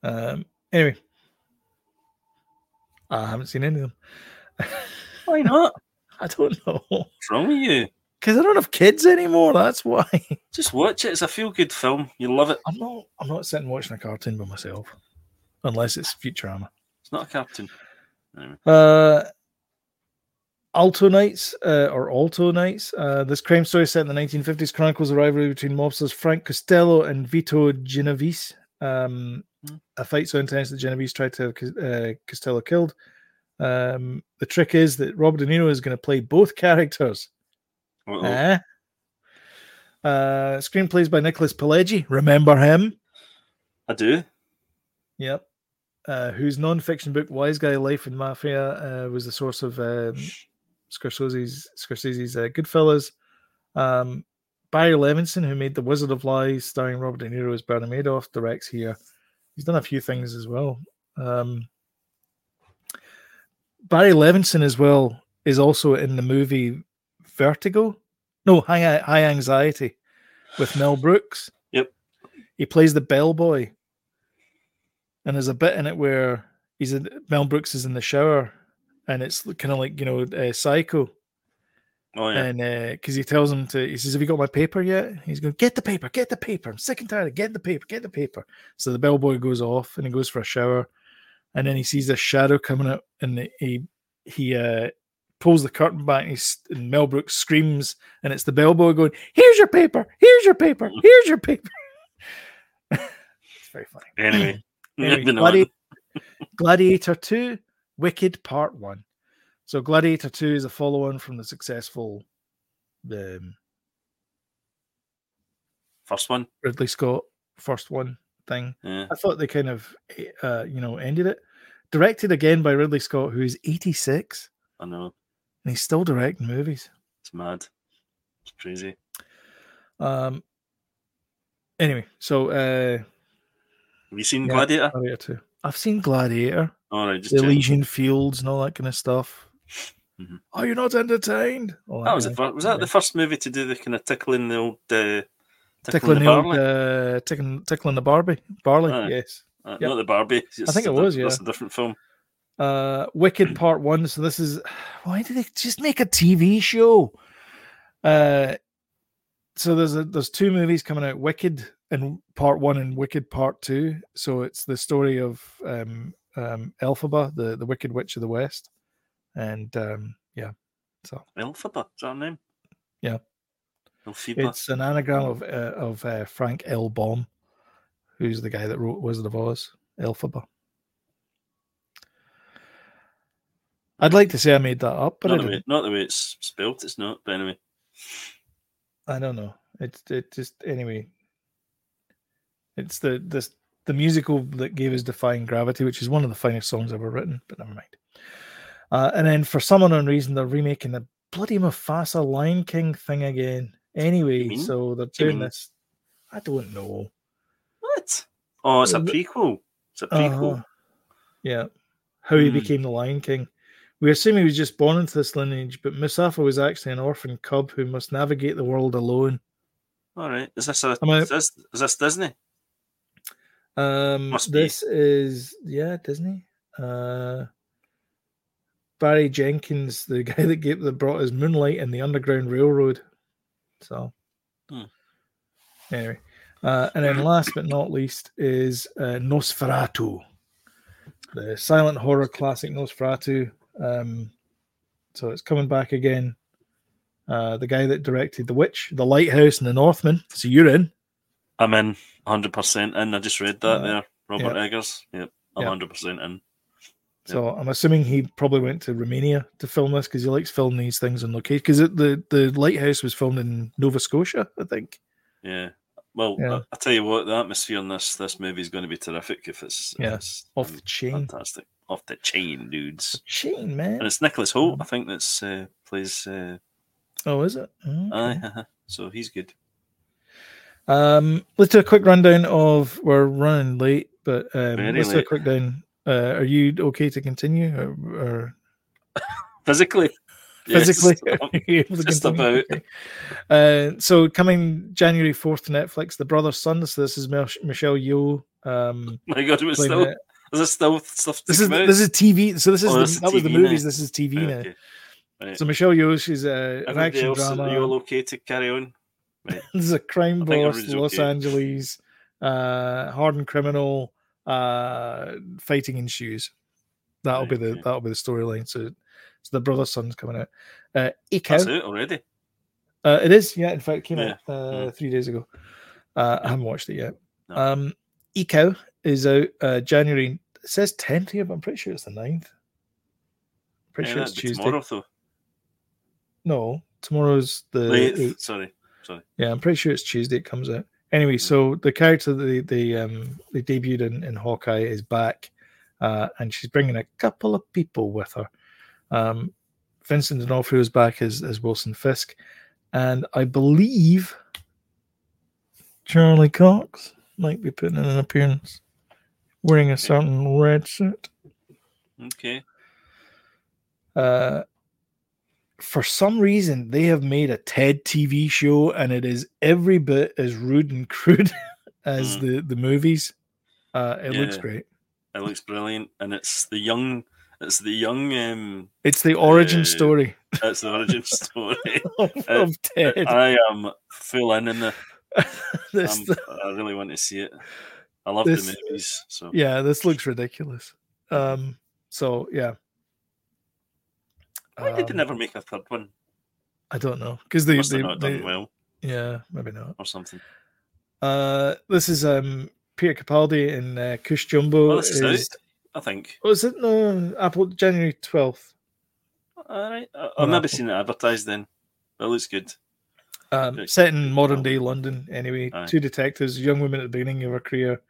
S1: Um, anyway, Ah, I haven't seen any of them. [laughs]
S2: Why not?
S1: I don't know
S2: What's wrong with you?
S1: because I don't have kids anymore. That's why
S2: Just watch it. It's a feel good film. You love it.
S1: I'm not I'm not sitting watching a cartoon by myself unless it's Futurama.
S2: It's not a cartoon.
S1: Uh, Alto Knights uh, or Alto Knights. Uh, this crime story set in the 1950s chronicles the rivalry between mobsters Frank Costello and Vito Genovese. Um,
S2: Hmm.
S1: a fight so intense that Genovese tried to have Cos- uh, Costello killed. Um, the trick is that Robert De Niro is going to play both characters.
S2: Uh-oh.
S1: Eh? Uh, screenplays by Nicholas Pileggi. Remember him?
S2: I do.
S1: Yep. Uh, whose non-fiction book "Wise Guy: Life and Mafia" uh, was the source of um, Scorsese's Scorsese's uh, Goodfellas. Um, Barry Levinson, who made The Wizard of Lies, starring Robert De Niro as Bernie Madoff, directs here. He's done a few things as well. Um, Barry Levinson, as well, is also in the movie Vertigo. No, High, High Anxiety with Mel Brooks.
S2: Yep.
S1: He plays the bellboy. And there's a bit in it where he's in, Mel Brooks is in the shower and it's kind of like, you know, uh, Psycho.
S2: Oh, yeah.
S1: And because he tells him to, he says, "Have you got my paper yet?" He's going, "Get the paper, get the paper. I'm sick and tired of getting the paper, get the paper." So the bellboy goes off and he goes for a shower, and then he sees this shadow coming up, and he he uh, pulls the curtain back, and, he's, and Mel Brooks screams, and it's the bellboy going, "Here's your paper, here's your paper, here's your paper." [laughs] it's very funny. [clears throat]
S2: Anyway. [laughs]
S1: Anyway,
S2: Moving on.
S1: Gladi- Gladiator 2, Wicked Part 1. So Gladiator 2 is a follow on from the successful um,
S2: First one.
S1: Ridley Scott first one thing.
S2: Yeah.
S1: I thought they kind of, uh, you know, ended it. Directed again by Ridley Scott, who is 86
S2: I know.
S1: and he's still directing movies.
S2: It's mad. It's crazy.
S1: Um, anyway, so uh,
S2: Have you seen
S1: Yeah.
S2: Gladiator?
S1: Gladiator 2. I've seen Gladiator.
S2: All right. Just
S1: the
S2: checking.
S1: Elysian Fields and all that kind of stuff.
S2: Mhm.
S1: Are you not entertained? Oh, All
S2: That was the
S1: kind
S2: first, was that the first movie to do the kind of tickling the old uh,
S1: of-
S2: tickling, the
S1: tickling the old,
S2: barley?
S1: uh, tickling, tickling the Barbie barley.
S2: Aye.
S1: Yes.
S2: Uh,
S1: yeah.
S2: Not the Barbie. It's
S1: think
S2: a
S1: it
S2: di-
S1: was,
S2: That's
S1: yeah.
S2: a different film.
S1: Uh, Wicked Part One. So this is [sighs] why did they just make a TV show? Uh, so there's a, there's two movies coming out: Wicked and Part One and Wicked Part Two. So it's the story of um, um, Elphaba, the the Wicked Witch of the West, and um, yeah, so
S2: Elphaba, is that her name?
S1: Yeah.
S2: Elphaba.
S1: It's an anagram of uh, of uh, Frank L. Baum, who's the guy that wrote Wizard of Oz, Elphaba. I'd like to say I made that up, but I,
S2: Not the,
S1: didn't.
S2: way, not the way it's spelled, it's not. But anyway,
S1: I don't know. It's it just anyway. It's the this the musical that gave us "Defying Gravity," which is one of the finest songs ever written. But never mind. Uh, and then for some unknown reason, they're remaking the bloody Mufasa Lion King thing again. Anyway,
S2: mean?
S1: so they're
S2: you
S1: doing
S2: mean-
S1: this. I don't know.
S2: what? Oh, it's a
S1: Uh, the-
S2: prequel. It's a prequel.
S1: Uh-huh. Yeah. How he
S2: Hmm.
S1: became the Lion King. We assume he was just born into this lineage, but Musafa was actually an orphan cub who must navigate the world alone.
S2: All right. Is this a?
S1: Am I-
S2: Is this, is this Disney?
S1: Um,
S2: Must be.
S1: this is yeah, Disney. Uh, Barry Jenkins, the [laughs] guy that gave, that brought us Moonlight and the Underground Railroad. So,
S2: Hmm.
S1: anyway, uh, and then last but not least is uh, Nosferatu, the silent horror classic Nosferatu. Um, so it's coming back again. Uh, the guy that directed The Witch, The Lighthouse, and The Northman. So you're in.
S2: I'm in 100% in. I just read that
S1: Uh,
S2: there. Robert Eggers. Yep. I'm
S1: Yeah.
S2: 100% in.
S1: So I'm assuming he probably went to Romania to film this because he likes filming these things on location. Because the the lighthouse was filmed in Nova Scotia, I think.
S2: Yeah. Well,
S1: Yeah.
S2: I, I tell you what, the atmosphere in this this movie is going to be terrific if it's, if
S1: Yeah.
S2: it's um,
S1: Off the chain,
S2: fantastic. Off the chain, dudes.
S1: chain Mm.
S2: And
S1: man.
S2: it's Nicholas Holt, I think, that's uh, plays. Uh,
S1: Oh, is it? Okay.
S2: aye, so he's good.
S1: Um, let's do a quick rundown of. We're running late, but um,
S2: Very
S1: let's do a
S2: late.
S1: quick down. Uh, are you okay to continue, or, or [laughs]
S2: Physically. Yes.
S1: physically?
S2: [laughs] Um,
S1: are you able to
S2: just
S1: continue?
S2: about.
S1: Okay. Uh, so coming January fourth to Netflix, The Brother Son. So this is Mel- Michelle Yeoh. Um,
S2: my God, it was
S1: playing
S2: still.
S1: the-
S2: Is there still stuff to
S1: this is
S2: come out?
S1: this is TV. So this is
S2: Oh,
S1: the,
S2: this is
S1: that was the
S2: TV now.
S1: movies. This is TV
S2: Right,
S1: now.
S2: okay. Right.
S1: So Michelle Yeoh, she's a, an
S2: Everybody
S1: action
S2: else, are
S1: drama.
S2: you all okay to carry on?
S1: This is a crime
S2: I think
S1: boss,
S2: everybody's
S1: Los
S2: okay.
S1: Angeles, uh, hardened criminal, uh, fighting in shoes. That'll be
S2: Right,
S1: the
S2: yeah.
S1: that'll be the storyline. So, so the brother son's coming out. Uh,
S2: That's
S1: Eco,
S2: out already.
S1: uh, it is yeah. In fact, it came
S2: Yeah,
S1: out uh,
S2: mm.
S1: three days ago. Uh, I haven't watched it yet.
S2: No.
S1: Um, Eco is out uh, January. It says tenth here, but I'm pretty sure it's the 9th. Pretty
S2: Yeah,
S1: sure it's
S2: that'd be
S1: Tuesday.
S2: tomorrow, though.
S1: No, tomorrow's the
S2: Late.
S1: 8th.
S2: Sorry. Sorry.
S1: Yeah, I'm pretty sure it's Tuesday it comes out. Anyway, so the character that they, they um they debuted in, in Hawkeye is back, uh, and she's bringing a couple of people with her. Um, Vincent D'Onofrio is back as as Wilson Fisk, and I believe Charlie Cox might be putting in an appearance, wearing a certain red suit.
S2: Okay.
S1: Uh, for some reason, they have made a TED TV show, and it is every bit as rude and [laughs] crude as
S2: Mm.
S1: the the movies. Uh, it looks
S2: Yeah.
S1: great.
S2: It looks brilliant, and it's the young, it's the young, um,
S1: It's the origin
S2: Uh,
S1: story [laughs]
S2: that's the origin [laughs] story.
S1: of,
S2: uh,
S1: of [laughs] TED.
S2: I am full
S1: [laughs]
S2: in in the.
S1: this,
S2: I'm, I really want to see it. I love
S1: This-
S2: the movies, so
S1: yeah, this looks ridiculous. Um, so yeah.
S2: why did they
S1: Um,
S2: never make a third one?
S1: I don't know because they,
S2: Must
S1: they,
S2: have not
S1: they
S2: done well
S1: yeah maybe not.
S2: or something.
S1: Uh, this is um Peter Capaldi and uh, Kush Jumbo
S2: Well, Oh, this is
S1: is
S2: out, I think.
S1: Was it no Apple January twelfth?
S2: All right, I,
S1: On
S2: I've never
S1: Apple.
S2: seen it advertised then. But it looks good.
S1: Um,
S2: Yeah.
S1: set in modern day London, anyway.
S2: Oh. Aye.
S1: Two detectives, a young woman at the beginning of her career,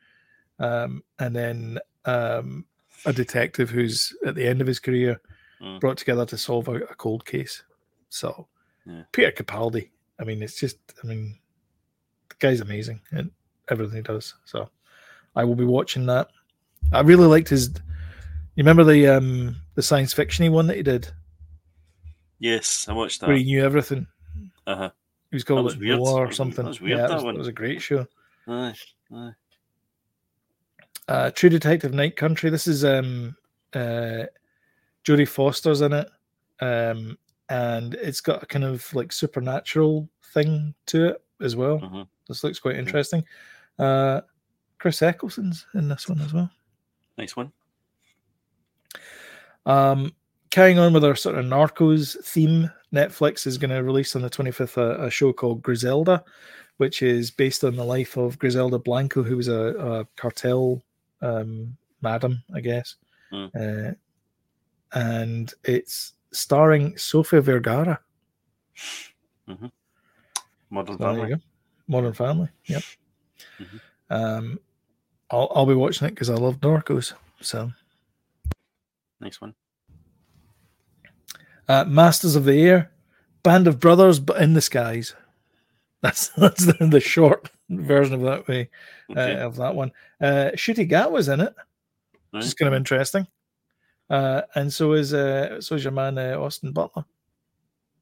S1: um, and then um, a detective who's at the end of his career,
S2: Mm.
S1: brought together to solve a, a cold case. So,
S2: Yeah.
S1: Peter Capaldi. I mean, it's just, I mean, the guy's amazing at everything he does. So, I will be watching that. I really liked his. You remember the um the science fictiony one that he did,
S2: Yes, I watched
S1: where he
S2: that.
S1: knew everything.
S2: Uh-huh.
S1: It was called
S2: was
S1: like
S2: weird.
S1: Noir
S2: That
S1: or
S2: was-
S1: something.
S2: that was weird,
S1: yeah, it
S2: that
S1: was,
S2: one.
S1: it was a great show.
S2: Aye, aye.
S1: Uh, True Detective Night Country. This is um, uh, Jodie Foster's in it, um, and it's got a kind of like supernatural thing to it as well.
S2: Mhm.
S1: This looks quite interesting. Uh, Chris Eccleston's in this one as well.
S2: Nice one.
S1: Um, carrying on with our sort of narcos theme, Netflix is going to release on the 25th a, a show called Griselda, which is based on the life of Griselda Blanco, who was a, a cartel um, madam, I guess. Uh, and it's starring Sofia Vergara. So
S2: Modern
S1: there you
S2: Family.
S1: go. Modern Family. Yep.
S2: Mhm.
S1: Um, I'll, I'll be watching it because I love Narcos. So,
S2: Nice one.
S1: uh, Masters of the Air, Band of Brothers, but in the skies. [laughs] That's that's the, the short version of that way uh,
S2: Okay.
S1: of that one. Uh, Shooty Gat was in it, which is
S2: right.
S1: kind of interesting. Uh, and so is uh, so is your man uh, Austin Butler.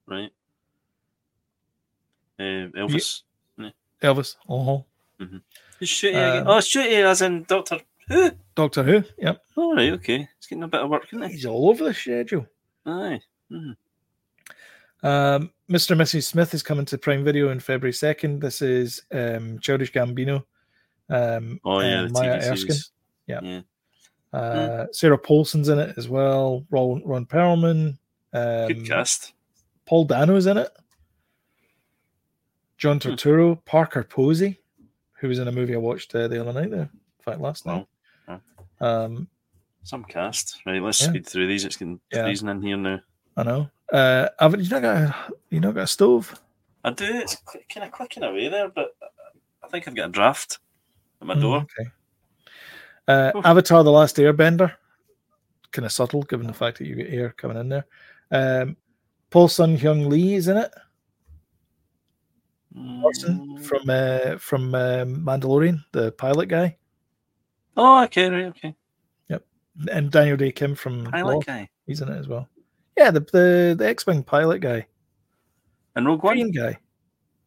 S2: Right. Uh, Elvis.
S1: Elvis. Oh,
S2: Shooty.
S1: Um,
S2: oh, shooty, as in Doctor Who?
S1: Doctor Who. Yep.
S2: All right, okay. It's getting a bit of work, isn't it?
S1: He's all over the schedule.
S2: Aye.
S1: Um, Mr. and Mrs. Smith is coming to Prime Video on February 2nd. This is um, Childish Gambino. Um,
S2: Oh yeah, the
S1: and Maya
S2: TV
S1: Erskine.
S2: series.
S1: Yeah.
S2: Yeah. Mm.
S1: Uh, Sarah Paulson's in it as well. Ron, Ron Perlman.
S2: Good
S1: Um,
S2: cast.
S1: Paul Dano's in it. John
S2: Hmm.
S1: Turturro. Parker Posey, who was in a movie I watched uh, the other night there. In fact, last night.
S2: Wow. Wow.
S1: Um,
S2: Some cast. Right, let's
S1: Yeah.
S2: speed through these. It's getting
S1: Yeah.
S2: freezing in here now.
S1: I know. Uh, I've, you not got a, you not got a stove.
S2: I do. It's kind of clicking away there, but I think I've got a draft at my
S1: Mm,
S2: door.
S1: okay. Uh,
S2: Oof.
S1: Avatar: The Last Airbender, kind of subtle given the fact that you get air coming in there. Um, Paul Sun Hyung Lee is in it. Orson
S2: Mm.
S1: from uh, from uh, Mandalorian, the pilot guy,
S2: Oh, okay, right, okay.
S1: and Daniel Day Kim from
S2: Pilot
S1: Lost,
S2: guy
S1: He's in it as well. Yeah, the the, the X Wing pilot guy,
S2: and Rogue One.
S1: green guy.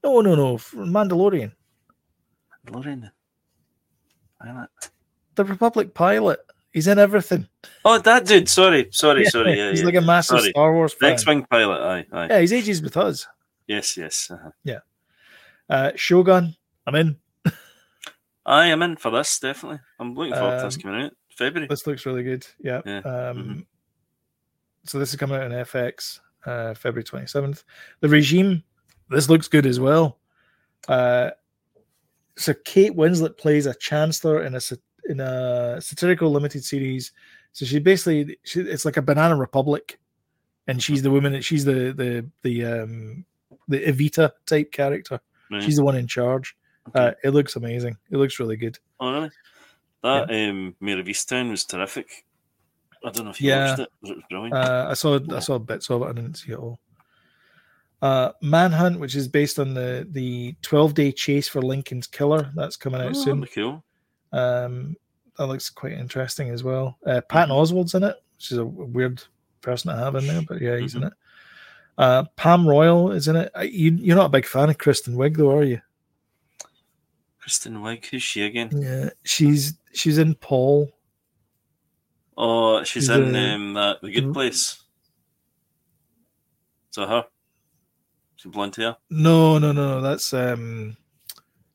S1: No, no, no, from Mandalorian,
S2: Lorraine. Pilot.
S1: the Republic pilot. He's in everything.
S2: Oh, that dude. Sorry, sorry, sorry.
S1: [laughs]
S2: Yeah,
S1: he's
S2: yeah.
S1: like a massive
S2: Sorry.
S1: Star Wars fan.
S2: X Wing pilot. Aye, aye.
S1: Yeah, he's ages with us.
S2: Yes, yes. uh
S1: Uh, Shogun, I'm in.
S2: Aye, I'm in for this, definitely. I'm looking forward to this
S1: Um,
S2: coming out. February.
S1: This looks really good. Yeah.
S2: Yeah,
S1: Um, So this is coming out on FX uh, February 27th. The Regime, this looks good as well. Uh, so Kate Winslet plays a chancellor in a sat- in a satirical limited series. So she basically she, it's like a banana republic, and she's the woman. that She's the the the um, the Evita type character.
S2: Right.
S1: She's the one in charge. Uh, it looks amazing. It looks really good.
S2: Oh, really? That um, Mayor of Easttown was terrific. I don't know if you
S1: Yeah.
S2: watched it, but it was brilliant.
S1: Uh, I saw I
S2: Cool.
S1: saw bits of it. I didn't see it all. Uh, Manhunt, which is based on the the twelve day chase for Lincoln's killer, that's coming
S2: oh,
S1: out
S2: that'd
S1: soon.
S2: be cool.
S1: Um, that looks quite interesting as well. Uh, Patton Oswald's in it, which is a weird person to have in there, but yeah, he's in it. Uh, Pam Royal is in it. Uh, You, you're not a big fan of Kristen Wiig, though, are you?
S2: Kristen Wiig, who's she again?
S1: Yeah, she's she's in Paul.
S2: Oh, she's
S1: She's
S2: in
S1: a-
S2: um, that, The Good
S1: Mm.
S2: Place. So her. She blonde hair.
S1: No, no, no, no. That's um,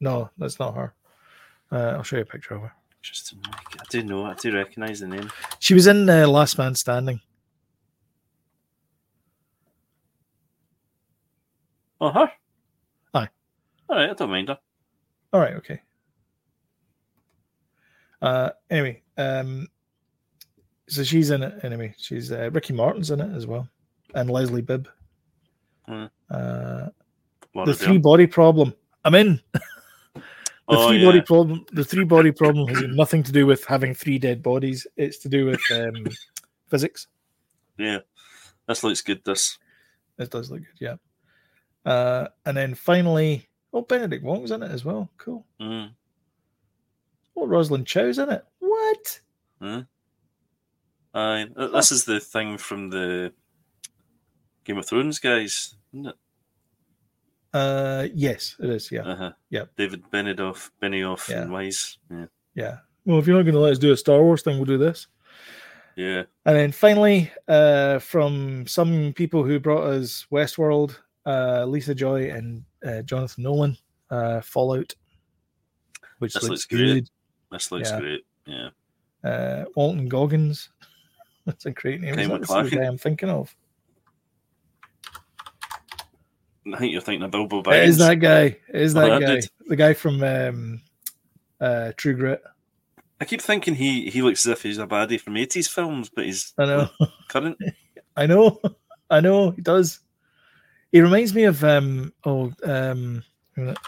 S1: no, that's not her. Uh, I'll show you a picture of her.
S2: Kristen Wiig. I do know. I do recognise the name.
S1: She was in uh, Last Man Standing.
S2: Oh, her.
S1: Aye.
S2: All right, I don't mind her.
S1: All right, okay. Uh, anyway, um, so she's in it. Anyway, she's uh, Ricky Martin's in it as well, and Leslie Bibb.
S2: Hmm.
S1: Uh,
S2: Laura
S1: the
S2: Dern.
S1: three body problem. I'm in. [laughs] The
S2: Oh,
S1: three
S2: yeah.
S1: body problem. The three body problem has nothing to do with having three dead bodies. It's to do with um, [laughs] physics.
S2: Yeah. This looks good, this.
S1: It does look good, yeah. Uh, and then finally, oh, Benedict Wong's in it as well. Cool.
S2: Mm.
S1: Oh, Rosalind Chow's in it. What?
S2: Aye. Th- This is the thing from the Game of Thrones guys, isn't it?
S1: Uh, yes, it is. Yeah,
S2: Uh-huh.
S1: Yep.
S2: David Benioff, Benioff
S1: Yeah.
S2: and Wise. Yeah.
S1: yeah. Well, if you're not going to let us do a Star Wars thing, we'll do this.
S2: Yeah.
S1: And then finally, uh, from some people who brought us Westworld, uh, Lisa Joy and uh, Jonathan Nolan, uh, Fallout, which
S2: This
S1: looks
S2: looks great.
S1: good.
S2: This looks
S1: Yeah.
S2: great. Yeah.
S1: Uh, Walton Goggins, [laughs] that's a great name. Is
S2: Kyle
S1: that the same
S2: MacLachlan.
S1: guy I'm thinking of?
S2: I think you're thinking of Bilbo
S1: It
S2: Baggins.
S1: is that guy. It is
S2: Oh,
S1: that
S2: that
S1: guy.
S2: dude.
S1: The guy from um, uh, True Grit.
S2: I keep thinking he, he looks as if he's a baddie from 80s films, but he's
S1: I know.
S2: current.
S1: I know, [laughs] I know, he does. He reminds me of um oh um wait a minute.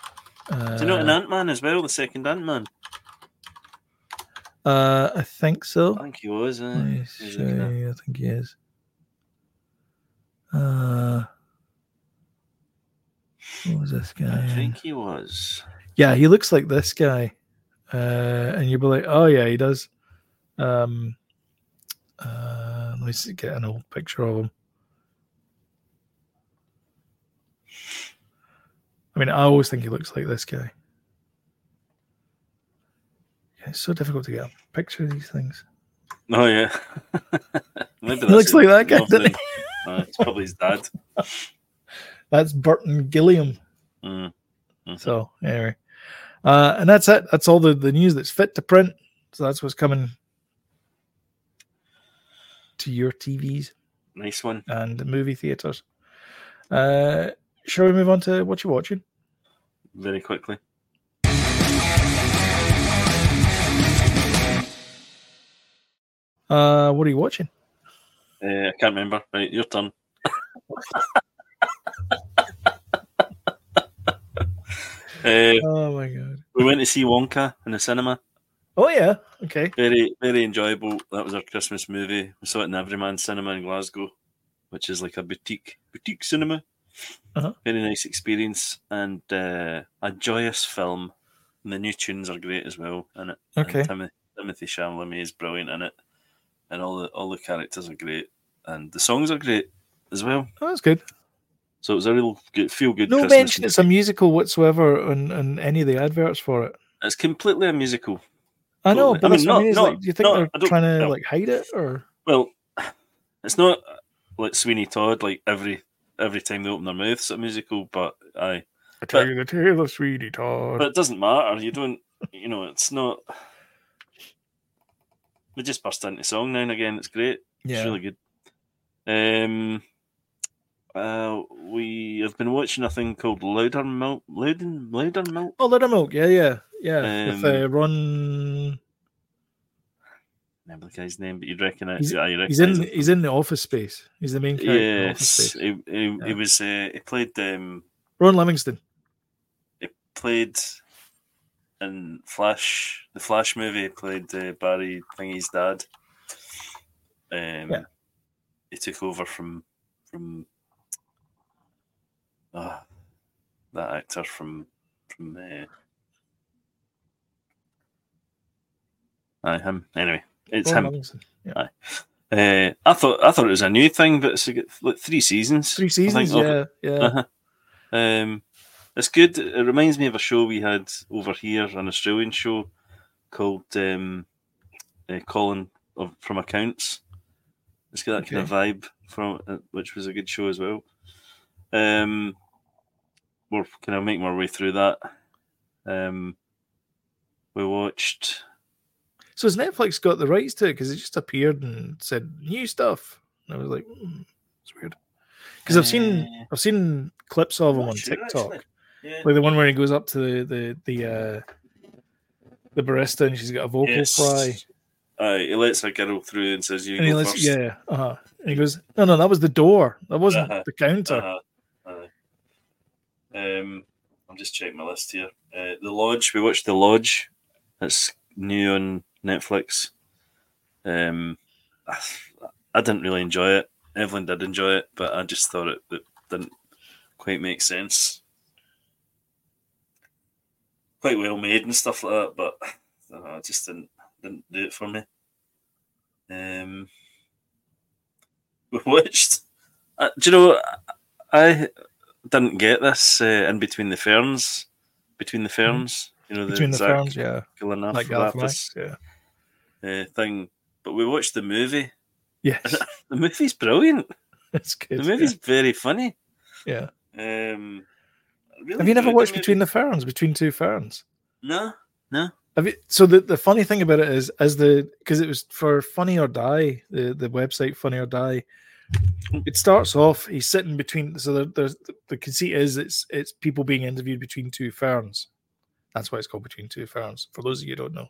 S1: uh,
S2: Do you know an Ant Man as well, the second Ant Man?
S1: uh I think
S2: I
S1: so.
S2: think he was.
S1: Let
S2: Uh,
S1: me
S2: he's
S1: show
S2: looking at-
S1: you, I think he is. Uh what was this guy?
S2: I
S1: in?
S2: think he was.
S1: Yeah, he looks like this guy. Uh and you'll be like, Oh yeah, he does. Um uh let me see, get an old picture of him. I mean, I always think he looks like this guy. It's so difficult to get a picture of these things.
S2: Oh yeah. [laughs]
S1: He
S2: Maybe
S1: looks
S2: that's it.
S1: like that guy,
S2: North
S1: doesn't he?
S2: Lane. [laughs] Uh, it's probably his dad.
S1: That's Burton Gilliam.
S2: Mm.
S1: So anyway, uh, and that's it. That's all the, the news that's fit to print. So that's what's coming to your TVs
S2: Nice one.
S1: and movie theaters. Uh, shall we move on to what you're watching?
S2: Very quickly.
S1: Uh, what are you watching?
S2: Uh, I can't remember. Right, your turn. [laughs] uh,
S1: Oh my god!
S2: we went to see Wonka in the cinema.
S1: Oh yeah. Okay.
S2: Very, very enjoyable. That was our Christmas movie. We saw it in Everyman Cinema in Glasgow, which is like a boutique boutique cinema.
S1: Uh-huh.
S2: Very nice experience and uh, a joyous film. And the new tunes are great as well in it. And uh,
S1: Okay.
S2: Timoth- Timothy Chalamet is brilliant in it, and all the all the characters are great, and the songs are great as well.
S1: Oh, that's good.
S2: So it was a real good, feel good.
S1: No
S2: Christmas
S1: mention it's a musical whatsoever on, on any of the adverts for it.
S2: It's completely a musical.
S1: I know,
S2: Totally.
S1: but
S2: I mean,
S1: that's what
S2: not-
S1: I mean, it's
S2: not-
S1: like, do you think
S2: not- I
S1: they're
S2: don't-
S1: trying to
S2: no.
S1: like hide it or?
S2: Well, [sighs] it's not uh, like Sweeney Todd. Like every every time they open their mouths at a musical, but I.
S1: I
S2: tell But-
S1: you the tale of Sweetie Todd.
S2: But it doesn't matter. You don't. You know, it's not. We just burst into song now and again. It's great.
S1: yeah.
S2: It's really good. Um, uh, we have been watching a thing called Louder Milk. Louder, Louder Milk.
S1: Oh, Little Milk. Yeah, yeah, yeah. With
S2: Um,
S1: uh, Ron,
S2: Remember the guy's name, but you'd recognise.
S1: He's-
S2: yeah, you
S1: he's
S2: recognise
S1: in
S2: him.
S1: he's in the Office Space. He's the main character. In office
S2: Yes,
S1: space.
S2: he, he,
S1: Yeah.
S2: he was. Uh, he played. Um,
S1: Ron Livingston.
S2: played in Flash, the Flash movie. he Played uh, Barry Thingy's dad. Um,
S1: Yeah.
S2: he took over from from ah, that actor from from uh, aye, him. Anyway, it's
S1: Ron
S2: him.
S1: Livingston. Yeah.
S2: Uh, I thought I thought it was a new thing, but it's like three seasons.
S1: Three
S2: I think,
S1: seasons.
S2: of it.
S1: Yeah, yeah.
S2: Uh-huh. Um, it's good. It reminds me of a show we had over here, an Australian show called um, uh, Colin of, from Accounts. It's got that kind of vibe from, uh, which was a good show as well. Um, we're kind of making our way through that. Um, we watched.
S1: So has Netflix got the rights to it because it just appeared and said new stuff, and I was like, hmm, it's weird. Because I've seen
S2: Uh,
S1: I've seen clips of him
S2: not
S1: on
S2: sure,
S1: TikTok,
S2: actually. Yeah.
S1: like the one where he goes up to the the the, uh, the barista and she's got a vocal
S2: Yes.
S1: fry.
S2: Aye, he lets a girl through and says, "You
S1: And he
S2: go
S1: lets,
S2: first."
S1: yeah, uh-huh. and he goes, no, no, that was the door. That wasn't
S2: Uh-huh,
S1: the counter.
S2: Uh-huh. aye. Um, I'm just checking my list here. Uh, the Lodge. We watched The Lodge. It's new on Netflix. Um, I, I didn't really enjoy it. Evelyn did enjoy it, but I just thought it, it didn't quite make sense. Quite well made and stuff like that, but I, don't know, I just didn't didn't do it for me. Um, [laughs] we watched. Uh, do you know? I didn't get this uh, in between the ferns. Between the ferns, you know, the
S1: Hmm. between the
S2: Zach
S1: firms, yeah, like
S2: Galifianakis
S1: Galifianakis, yeah. [laughs]
S2: uh, thing. But we watched the movie.
S1: Yes, [laughs]
S2: The movie's brilliant.
S1: it's good.
S2: the
S1: yeah.
S2: movie's very funny.
S1: Yeah.
S2: Um, I really
S1: Have you never
S2: enjoyed the
S1: watched
S2: movie.
S1: Between the Ferns? Between Two Ferns?
S2: No.
S1: Have you? So the, the funny thing about it is, as the because it was for Funny or Die, the, the website Funny or Die. It starts off he's sitting between. So there, there's the conceit is it's it's people being interviewed between two ferns. That's why it's called Between Two Ferns. For those of you who don't know,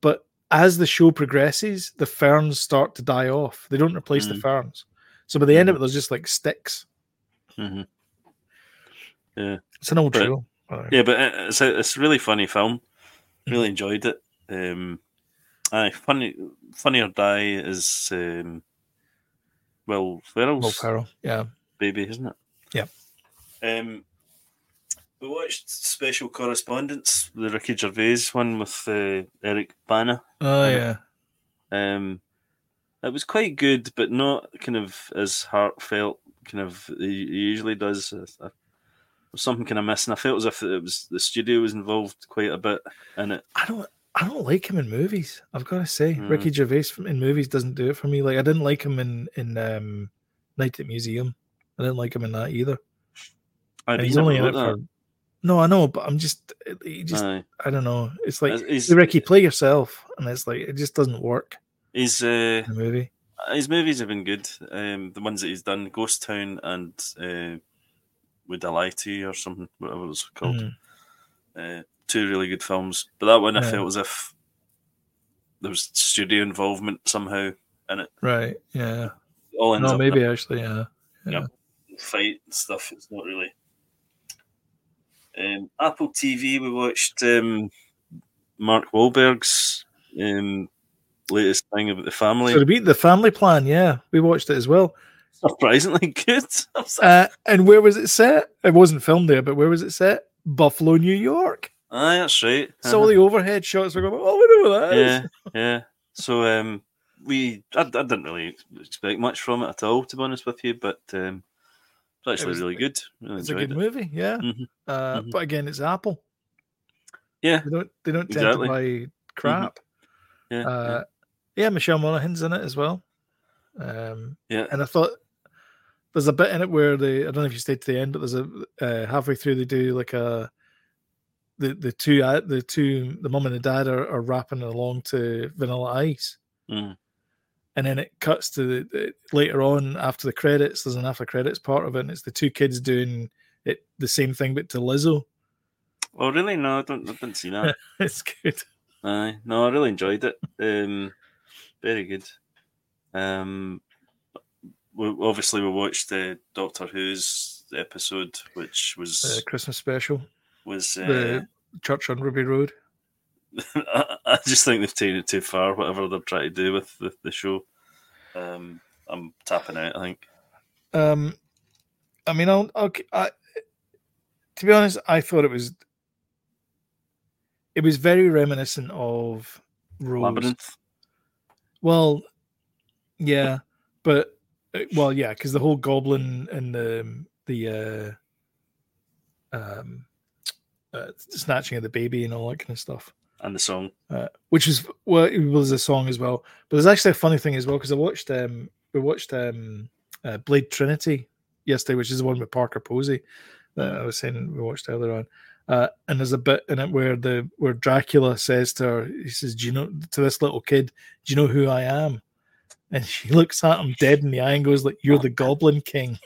S1: but as the show progresses, the ferns start to die off. They don't replace the
S2: Mhm.
S1: ferns. So by the end of it, there's just like sticks. Mm-hmm.
S2: Mhm.
S1: It's an old
S2: But-
S1: show. by the way.
S2: Yeah, but it- it's a, it's a really funny film.
S1: Mm-hmm.
S2: Really enjoyed it. Um, aye, funny, funny or die is um, well,
S1: Will
S2: Ferrell's
S1: Ferrell. Yeah.
S2: baby, isn't it?
S1: Yeah.
S2: Um, we watched Special Correspondence, the Ricky Gervais one with uh, Eric Bana.
S1: Oh
S2: Yeah.
S1: yeah.
S2: Um, it was quite good, but not kind of as heartfelt. Kind of he he usually does. Uh, uh, Something kind of missing. I felt as if it was the studio was involved quite a bit in it.
S1: I don't. I don't like him in movies. I've got to say,
S2: Mm.
S1: Ricky Gervais from- in movies doesn't do it for me. Like I didn't like him in in um, Night at Museum. I didn't like him in that either.
S2: Aye,
S1: And
S2: but
S1: he's
S2: he Uh, never
S1: only in it
S2: wrote that.
S1: for. No, I know, but I'm just he just
S2: Aye.
S1: I don't know. It's like
S2: He's-
S1: Ricky, play yourself, and it's like it just doesn't work
S2: He's uh,
S1: in the movie.
S2: his movies have been good. Um, the ones that he's done, Ghost Town and uh, Would I Lie to You or something, whatever it was called.
S1: Mm.
S2: Uh, two really good films, but that one I
S1: Yeah.
S2: felt as if there was studio involvement somehow.
S1: Right? Yeah.
S2: All ends
S1: No,
S2: up
S1: maybe actually. Yeah.
S2: in a fight and stuff. It's not really. Um, Apple TV. We watched um, Mark Wahlberg's um, latest thing about the family.
S1: So to beat the Family Plan, yeah, we watched it as well.
S2: Surprisingly [laughs] good.
S1: Uh, and where was it set? It wasn't filmed there, but where was it set? Buffalo, New York.
S2: Aye, that's right.
S1: So all the overhead shots were going. Oh, we know what that is.
S2: Uh-huh. yeah, yeah. So um, we I, I didn't really expect much from it at all, to be honest with you. But um, it's actually
S1: was-
S2: really good. Really
S1: It's a
S2: enjoyed
S1: good movie, yeah.
S2: Mhm,
S1: Uh,
S2: mhm.
S1: But again, it's Apple.
S2: Yeah,
S1: They don't they don't tend
S2: exactly.
S1: to buy crap.
S2: it. Yeah,
S1: Uh, yeah, Michelle Monaghan's in it as well. Um,
S2: yeah,
S1: and I thought there's a bit in it where they I don't know if you stayed to the end, but there's a uh, halfway through they do like a the the two uh, the two the mum and the dad are, are rapping along to Vanilla Ice,
S2: yeah. Mm,
S1: and then it cuts to the, the- later on after the credits. There's an after credits part of it, and it's the two kids doing it the same thing but to Lizzo. [laughs]
S2: Oh, really? No, I don't. I didn't see that.
S1: It's good.
S2: Aye, no, I really enjoyed it. Um, very good. Um, we, obviously we watched uh, Doctor Who's episode, which
S1: uh,
S2: was
S1: Christmas special,
S2: was. Uh,
S1: the Church on Ruby Road.
S2: I, uh, [laughs] I just think they've taken it too far. Whatever they're trying to do with the, the show, um, I'm tapping out. I think.
S1: Um, I mean, I'll, I'll, ki- I, to be honest, I thought it was it was very reminiscent of Rose.
S2: Labyrinth.
S1: Well, yeah, but uh, well, yeah, because the whole goblin and the the uh, um, uh, snatching of the baby and all that kind of stuff.
S2: and the song.
S1: uh, which is well, it was a song as well. But there's actually a funny thing as well because I watched um we watched um uh, Blade Trinity yesterday, which is the one with Parker Posey that I was saying we watched earlier on. Uh, and there's a bit in it where the where Dracula says to her, he says, "Do you know to this little kid? Do you know who I am?" And she looks at him dead in the eye and goes, "Like you're the Goblin King."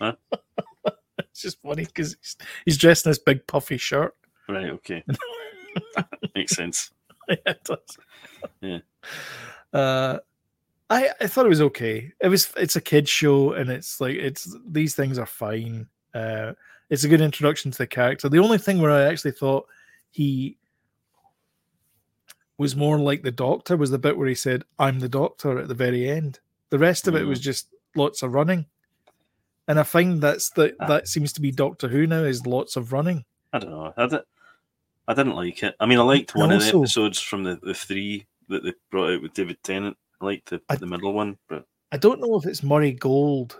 S2: Huh?
S1: [laughs] it's just funny because he's, he's dressed in this big puffy shirt.
S2: Right.
S1: [laughs]
S2: Okay. Makes sense.
S1: yeah, it does.
S2: Yeah.
S1: Uh, I I thought it was okay. It was it's a kid show, and it's like it's these things are fine. Uh, it's a good introduction to the character. The only thing where I actually thought he was more like the Doctor was the bit where he said, "I'm the Doctor" at the very end. The rest of it
S2: Mm.
S1: was just lots of running, and I find that's the,
S2: Ah.
S1: that seems to be Doctor Who now is lots of running.
S2: I don't know. I, di- I didn't like it. I mean, I liked one of the
S1: also-
S2: episodes from the, the three that they brought out with David Tennant. I liked the,
S1: I-
S2: the middle one, but
S1: I don't know if it's Murray Gold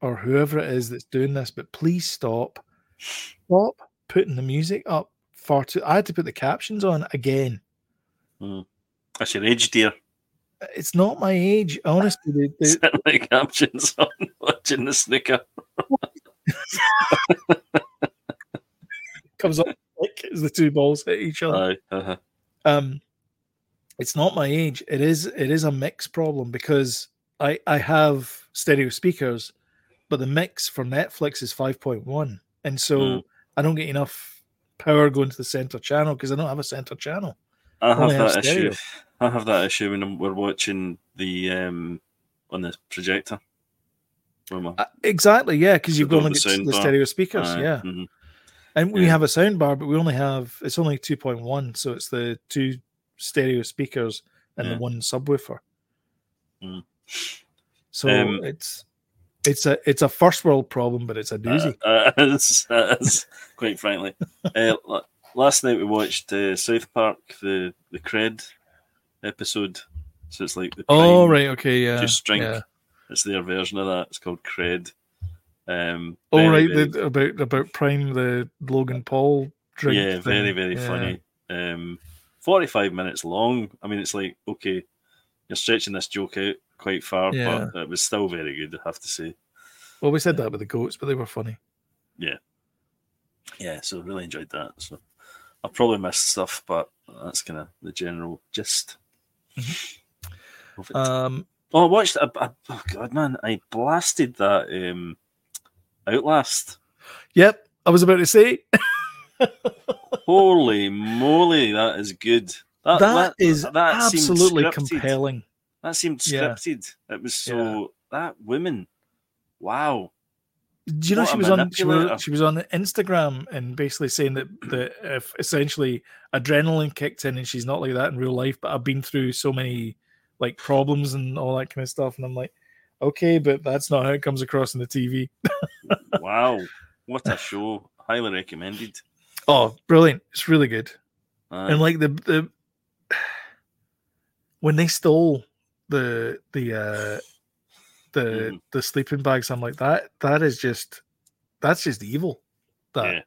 S1: or whoever it is that's doing this, but please stop. Stop putting the music up far too. I had to put the captions on again.
S2: that's your age, dear. [laughs]
S1: It's not my age, honestly. They, they,
S2: Certainly captions [laughs] on watching the snicker.
S1: comes up [laughs] like as the two balls hit each other.
S2: Aye. Uh-huh.
S1: um it's not my age it is it is a mix problem because i i have stereo speakers but the mix for netflix is 5.1 and so
S2: Mm.
S1: i don't get enough power going to the center channel because i don't have a center channel
S2: I have
S1: Only have
S2: that
S1: stereo.
S2: issue. I have that issue when I'm- we're watching the um on the projector. Where am I?
S1: Uh, exactly yeah because
S2: So
S1: you've
S2: don't
S1: gone and
S2: the
S1: get the,
S2: soundbar.
S1: stereo speakers
S2: Aye,
S1: yeah
S2: mhm.
S1: and we
S2: yeah.
S1: have a sound bar but we only have it's only 2.1 so it's the two stereo speakers and
S2: Yeah.
S1: the one subwoofer
S2: Mm.
S1: so
S2: Um,
S1: it's it's a it's a first world problem but it's a doozy
S2: Uh, uh, [laughs] it's- uh, it's- quite
S1: [laughs]
S2: frankly. Uh, la- last night we watched uh, South Park, the the Cred episode. So it's like the
S1: Oh
S2: prime-
S1: right, okay, yeah.
S2: Just drink.
S1: Yeah.
S2: It's their version of that. It's called Cred. Um,
S1: Oh
S2: very,
S1: right,
S2: very-
S1: the, about about Prime the Logan Paul drink.
S2: yeah, very
S1: thing,
S2: very
S1: yeah.
S2: funny. Um, 45 minutes long. I mean, it's like, okay, you're stretching this joke out quite far,
S1: Yeah.
S2: but it was still very good, I have to say.
S1: Well, we said that with the goats, but they were funny.
S2: Yeah, so really enjoyed that. So I probably missed stuff, but that's kind of the general gist.
S1: Mm-hmm.
S2: of it.
S1: Um,
S2: oh, I watched, I, I, oh God, man, I blasted that um, Outlast.
S1: yep, I was about to say
S2: Holy moly, that is good.
S1: that is
S2: that seemed
S1: absolutely
S2: scripted.
S1: compelling.
S2: That seemed
S1: Yeah.
S2: scripted. It was so that woman. Wow.
S1: Do you know
S2: What a
S1: she was on she
S2: manipulator.
S1: was, she was on Instagram and basically saying that that if essentially adrenaline kicked in and she's not like that in real life, but I've been through so many like problems and all that kind of stuff, and I'm like, okay, but that's not how it comes across on the TV.
S2: Wow. what a show. Highly recommended.
S1: Oh, brilliant! It's really good.
S2: Aye.
S1: and like the the [sighs] when they stole the the uh the
S2: Mhm.
S1: the sleeping bags i'm like that that is just that's just evil that
S2: Yeah,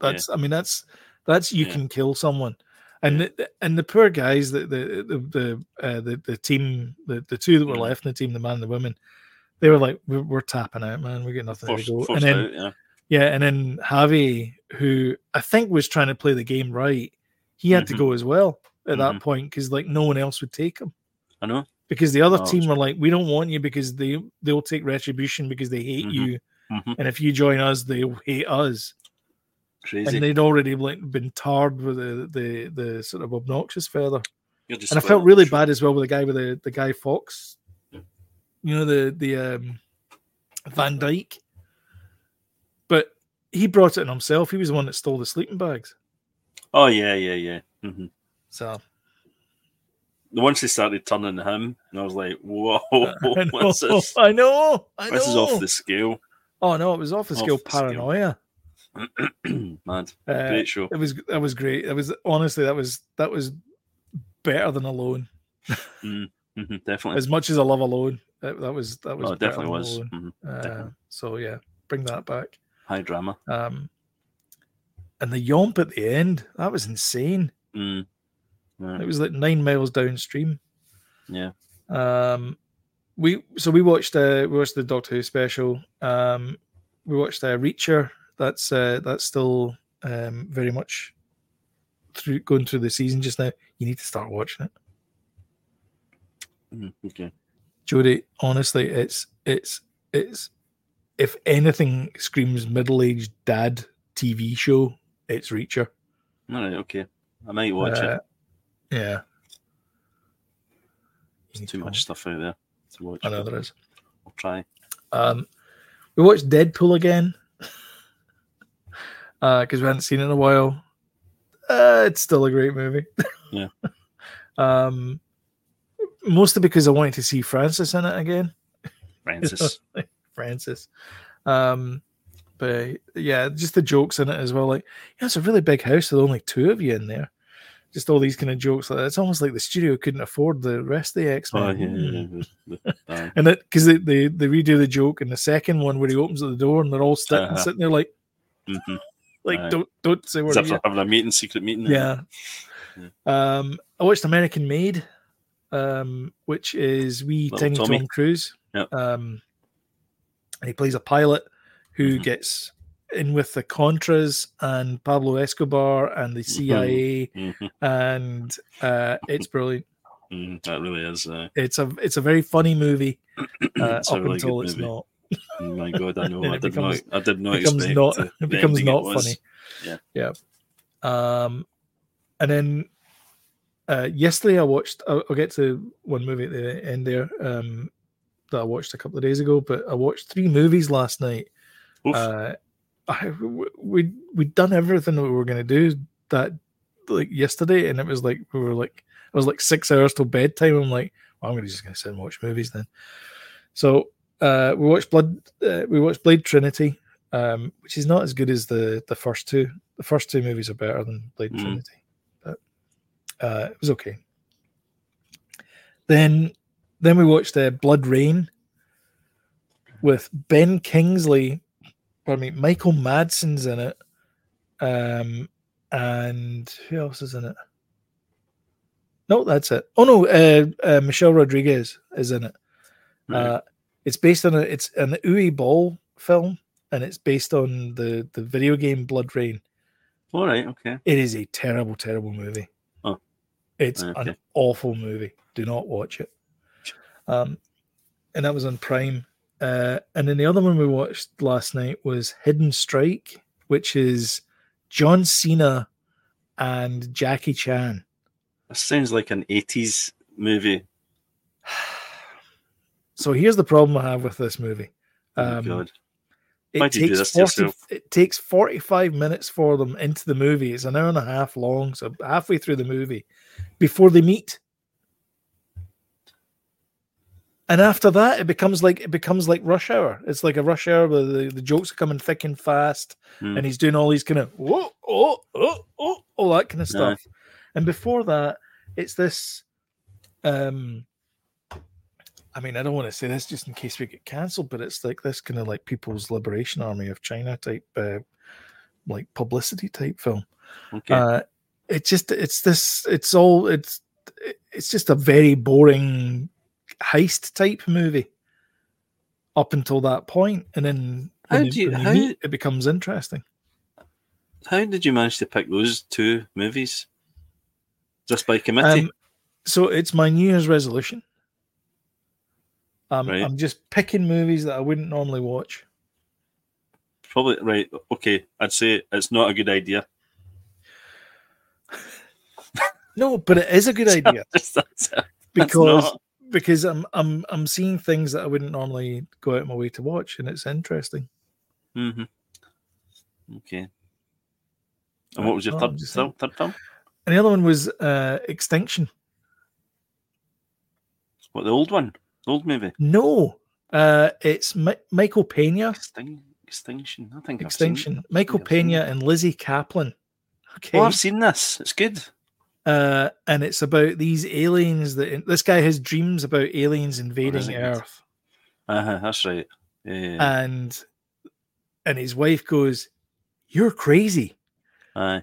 S1: that's i mean that's that's you
S2: Yeah.
S1: can kill someone and
S2: Yeah.
S1: the, and the poor guys the the the the, uh, the, the team the, the two that were
S2: Mhm.
S1: left in the team the man and the woman they were like we're, we're tapping out man we get nothing
S2: forced,
S1: to go and
S2: forced
S1: then
S2: out, yeah.
S1: yeah, and then Javi, who I think was trying to play the game right, he had
S2: Mhm.
S1: to go as well at
S2: Mhm.
S1: that point because like no one else would take him
S2: I know.
S1: because the other
S2: Oh,
S1: team were like, we don't want you because they they'll take retribution because they hate
S2: Mhm.
S1: you,
S2: Mhm.
S1: and if you join us, they'll hate us.
S2: Crazy.
S1: And they'd already like been tarred with the the, the sort of obnoxious feather.
S2: You're just
S1: And I
S2: spoiling
S1: felt
S2: the
S1: really
S2: show.
S1: bad as well with the guy with the the guy Fox, you know the the um, Van Dyke, but he brought it on himself. He was the one that stole the sleeping bags.
S2: Oh, yeah, yeah, yeah. hmm
S1: So
S2: Once they started turning him, and I was like, whoa,
S1: [laughs] I know,
S2: [laughs] [laughs] what's this?
S1: [laughs] I know, I
S2: This is off
S1: know.
S2: the scale. [clears throat]
S1: Oh no, it was off the
S2: off
S1: scale
S2: the scale.
S1: paranoia.
S2: Mad.
S1: Uh,
S2: Great show.
S1: it was that was great. That was honestly that was that was better than Alone.
S2: hmm Definitely.
S1: As much as I love Alone, that, that was that was
S2: oh, it
S1: better
S2: definitely
S1: than
S2: was.
S1: Alone.
S2: Mhm.
S1: Uh,
S2: definitely.
S1: so yeah, bring that back.
S2: High drama.
S1: Um, and the yomp at the end, that was insane.
S2: Mm. Yeah.
S1: It was like nine miles downstream.
S2: yeah.
S1: Um, we so we watched uh, we watched the Doctor Who special. Um, we watched uh, Reacher. That's uh, that's still um, very much through going through the season just now. You need to start watching it,
S2: Mm, Okay.
S1: Jodie. Honestly, it's it's it's if anything screams middle aged dad TV show, it's Reacher.
S2: All right. Okay. I might watch it.
S1: Uh, Yeah.
S2: There's too much stuff out there to watch.
S1: I know
S2: but
S1: there is.
S2: I'll try.
S1: Um, we watched Deadpool again [laughs] because we hadn't seen it in a while. Uh, it's still a great movie.
S2: Yeah.
S1: [laughs] um, mostly because I wanted to see Francis in it again. [laughs]
S2: Francis.
S1: Francis. Um, but yeah, just the jokes in it as well. Like, yeah, it's a really big house with only two of you in there. Just all these kind of jokes. Like that. It's almost like the studio couldn't afford the rest of the X Men.
S2: oh, yeah, yeah, yeah. The- uh, the- aye.
S1: And that because they, they they redo the joke in the second one where he opens the door and they're all sitting
S2: Uh-huh.
S1: sitting there like [laughs]
S2: Mhm.
S1: like
S2: Aye.
S1: don't don't say
S2: It's
S1: where
S2: after
S1: you
S2: having a meeting, secret meeting.
S1: yeah. Um, I watched American Made, um, which is wee
S2: Little
S1: tiny
S2: Tommy.
S1: Tom Cruise.
S2: Yep.
S1: Um, and he plays a pilot who
S2: Mhm.
S1: gets in with the Contras and Pablo Escobar and the
S2: Mm-hmm.
S1: CIA,
S2: Mhm,
S1: and uh, it's brilliant.
S2: mhm, That really is. Uh,
S1: It's a it's a very funny movie uh,
S2: [clears throat] it's a
S1: up
S2: really
S1: until
S2: good
S1: it's
S2: movie.
S1: not.
S2: Oh my
S1: [laughs]
S2: God, I know.
S1: And
S2: I
S1: it
S2: did not.
S1: becomes-
S2: I did not
S1: becomes
S2: expect.
S1: not
S2: the- the
S1: it becomes
S2: ending it
S1: not
S2: was.
S1: funny.
S2: Yeah.
S1: Yeah. Um and then uh yesterday I watched I'll, I'll get to one movie at the end there um that I watched a couple of days ago, but I watched three movies last night.
S2: Oof.
S1: Uh I w- we we'd done everything that we were gonna do that like yesterday and it was like we were like it was like six hours till bedtime. I'm like, well, I'm gonna just gonna sit and watch movies then. So uh, we watched Blood. Uh, we watched Blade Trinity, um, which is not as good as the the first two. The first two movies are better than Blade
S2: Mhm.
S1: Trinity, but uh, it was okay. Then, then we watched uh, Blood Rain with Ben Kingsley. Pardon me, Michael Madsen's in it, um, and who else is in it? No, that's it. Oh no, uh, uh, Michelle Rodriguez is in it.
S2: Right.
S1: Uh, it's based on a, it's an Uwe Ball film, and it's based on the the video game Blood Rain.
S2: All right. Okay.
S1: It is a terrible, terrible movie.
S2: Oh.
S1: It's an
S2: Okay.
S1: awful movie. Do not watch it. Um, and that was on Prime. Uh, and then the other one we watched last night was Hidden Strike, which is John Cena and Jackie Chan. [sighs]
S2: That sounds like an '80s movie.
S1: So here's the problem I have with this movie. Um,
S2: Oh my God.
S1: It
S2: Why'd you do
S1: takes
S2: this to
S1: 40,
S2: yourself?
S1: it takes 45 minutes for them into the movie. It's an hour and a half long, so halfway through the movie before they meet. And after that, it becomes like it becomes like rush hour. It's like a rush hour where the, the jokes are coming thick and fast,
S2: Hmm.
S1: and he's doing all these kind of whoa, oh, oh, oh, all that kind of
S2: No.
S1: stuff. And before that, it's this. Um, I mean, I don't want to say this just in case we get cancelled, but it's like this kind of like People's Liberation Army of China type, uh, like publicity type film.
S2: Okay.
S1: Uh, it just it's this it's all it's it's just a very boring heist type movie up until that point, and then when
S2: How
S1: they-
S2: do you-
S1: when they
S2: how-
S1: meet, it becomes interesting.
S2: How did you manage to pick those two movies? Just by committee.
S1: Um, so it's my New Year's resolution. Um,
S2: Right.
S1: I'm just picking movies that I wouldn't normally watch.
S2: Probably right. Okay, I'd say it's not a good idea. [laughs]
S1: No, but it is a good idea
S2: That's- that's- that's
S1: because
S2: not-
S1: because I'm I'm I'm seeing things that I wouldn't normally go out of my way to watch, and it's interesting.
S2: Mhm.
S1: Mm-hmm.
S2: Okay. And what was your
S1: No, I'm
S2: third,
S1: just
S2: third,
S1: saying.
S2: third film?
S1: And the other one was uh, Extinction.
S2: What the old one? The old movie.
S1: No, uh, it's Mi- Michael Pena.
S2: Extin- extinction. I think
S1: Extinction. Michael
S2: I've seen
S1: Pena and Lizzie Kaplan.
S2: I've
S1: Okay.
S2: seen. it. Oh, I've seen this. It's good.
S1: uh, and it's about these aliens that this guy has dreams about aliens
S2: is
S1: invading
S2: it?
S1: Earth,
S2: Uh-huh, that's right. Yeah, Yeah. yeah.
S1: and and his wife goes, "You're crazy," Uh,
S2: Aye.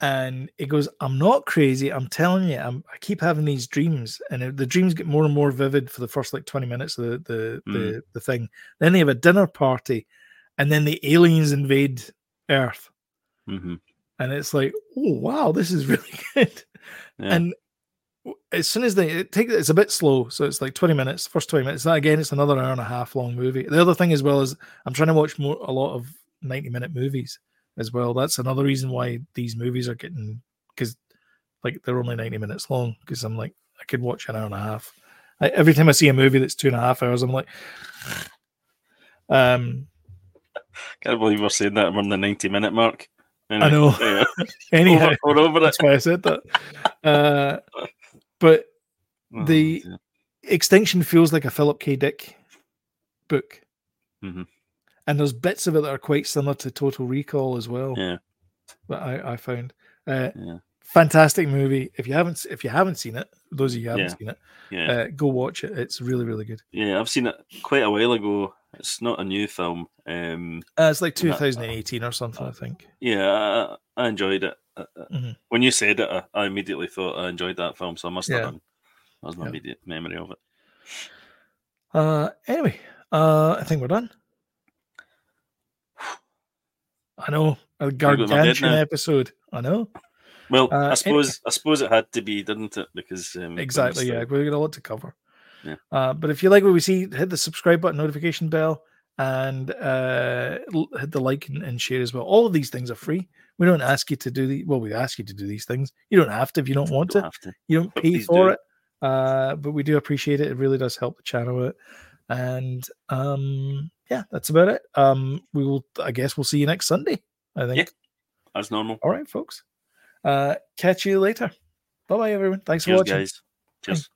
S1: and he goes, "I'm not crazy. I'm telling you, I'm, I keep having these dreams, and it- the dreams get more and more vivid for the first like twenty minutes of the the the, the thing. Then they have a dinner party, and then the aliens invade Earth."
S2: hmm
S1: and it's like, oh wow, this is [laughs] really good.
S2: Yeah.
S1: And w- as soon as they it take it's a bit slow, so it's like twenty minutes. First twenty minutes. That again, it's another hour and a half long movie. The other thing as well is I'm trying to watch more a lot of ninety minute movies as well. That's another reason why these movies are getting because like they're only ninety minutes long. Because I'm like I could watch an hour and a half. I, every time I see a movie that's two and a half hours, I'm like, [sighs] um,
S2: Can't believe we're saying that. We're on the 90 minute mark.
S1: I know.
S2: [laughs]
S1: [laughs]
S2: Anyway,
S1: anyhow.
S2: We're, [laughs] we're over it.
S1: That's why I said that. Uh, but [laughs] The-
S2: Oh, dear.
S1: Extinction feels like a Philip K. Dick book.
S2: Mhm.
S1: And there's bits of it that are quite similar to Total Recall as well.
S2: Oh, Yeah.
S1: That I, I found. Uh,
S2: Yeah.
S1: Fantastic movie. If you haven't s- if you haven't seen it, those of you who haven't
S2: Yeah.
S1: seen it,
S2: Yeah.
S1: uh, go watch it. It's really really good.
S2: yeah, I've seen it quite a while ago. It's not a new film. Um,
S1: Uh, it's like
S2: Yeah.
S1: 2018 or something, I think.
S2: yeah, I, I enjoyed it. Uh, uh,
S1: Mhm.
S2: When you said it, I, I immediately thought I enjoyed that film, so I must
S1: Yeah.
S2: have done. That was my
S1: Yeah.
S2: immediate memory of it.
S1: Uh, anyway, uh, I think we're done. [sighs] I know a
S2: got my bed
S1: gargantuan
S2: now.
S1: episode. I know
S2: Well,
S1: Uh,
S2: I
S1: any-
S2: suppose I suppose it had to be, didn't it? Because um, we
S1: exactly.
S2: missed
S1: Yeah,
S2: out.
S1: we've got a lot to cover.
S2: Yeah.
S1: Uh, but if you like what we see, hit the subscribe button, notification bell, and uh, l- hit the like and, and share as well. All of these things are free. We don't ask you to do the well. We ask you to do these things. You don't have to if you don't want
S2: Don't
S1: to.
S2: have to.
S1: you
S2: [laughs]
S1: don't
S2: But
S1: pay
S2: please
S1: for
S2: do.
S1: it uh but we do appreciate it it really does help the channel out and um yeah that's about it um we will i guess we'll see you next sunday i think
S2: Yeah. As normal.
S1: all right folks uh catch you later bye bye everyone thanks for
S2: Cheers,
S1: watching
S2: guys. Cheers.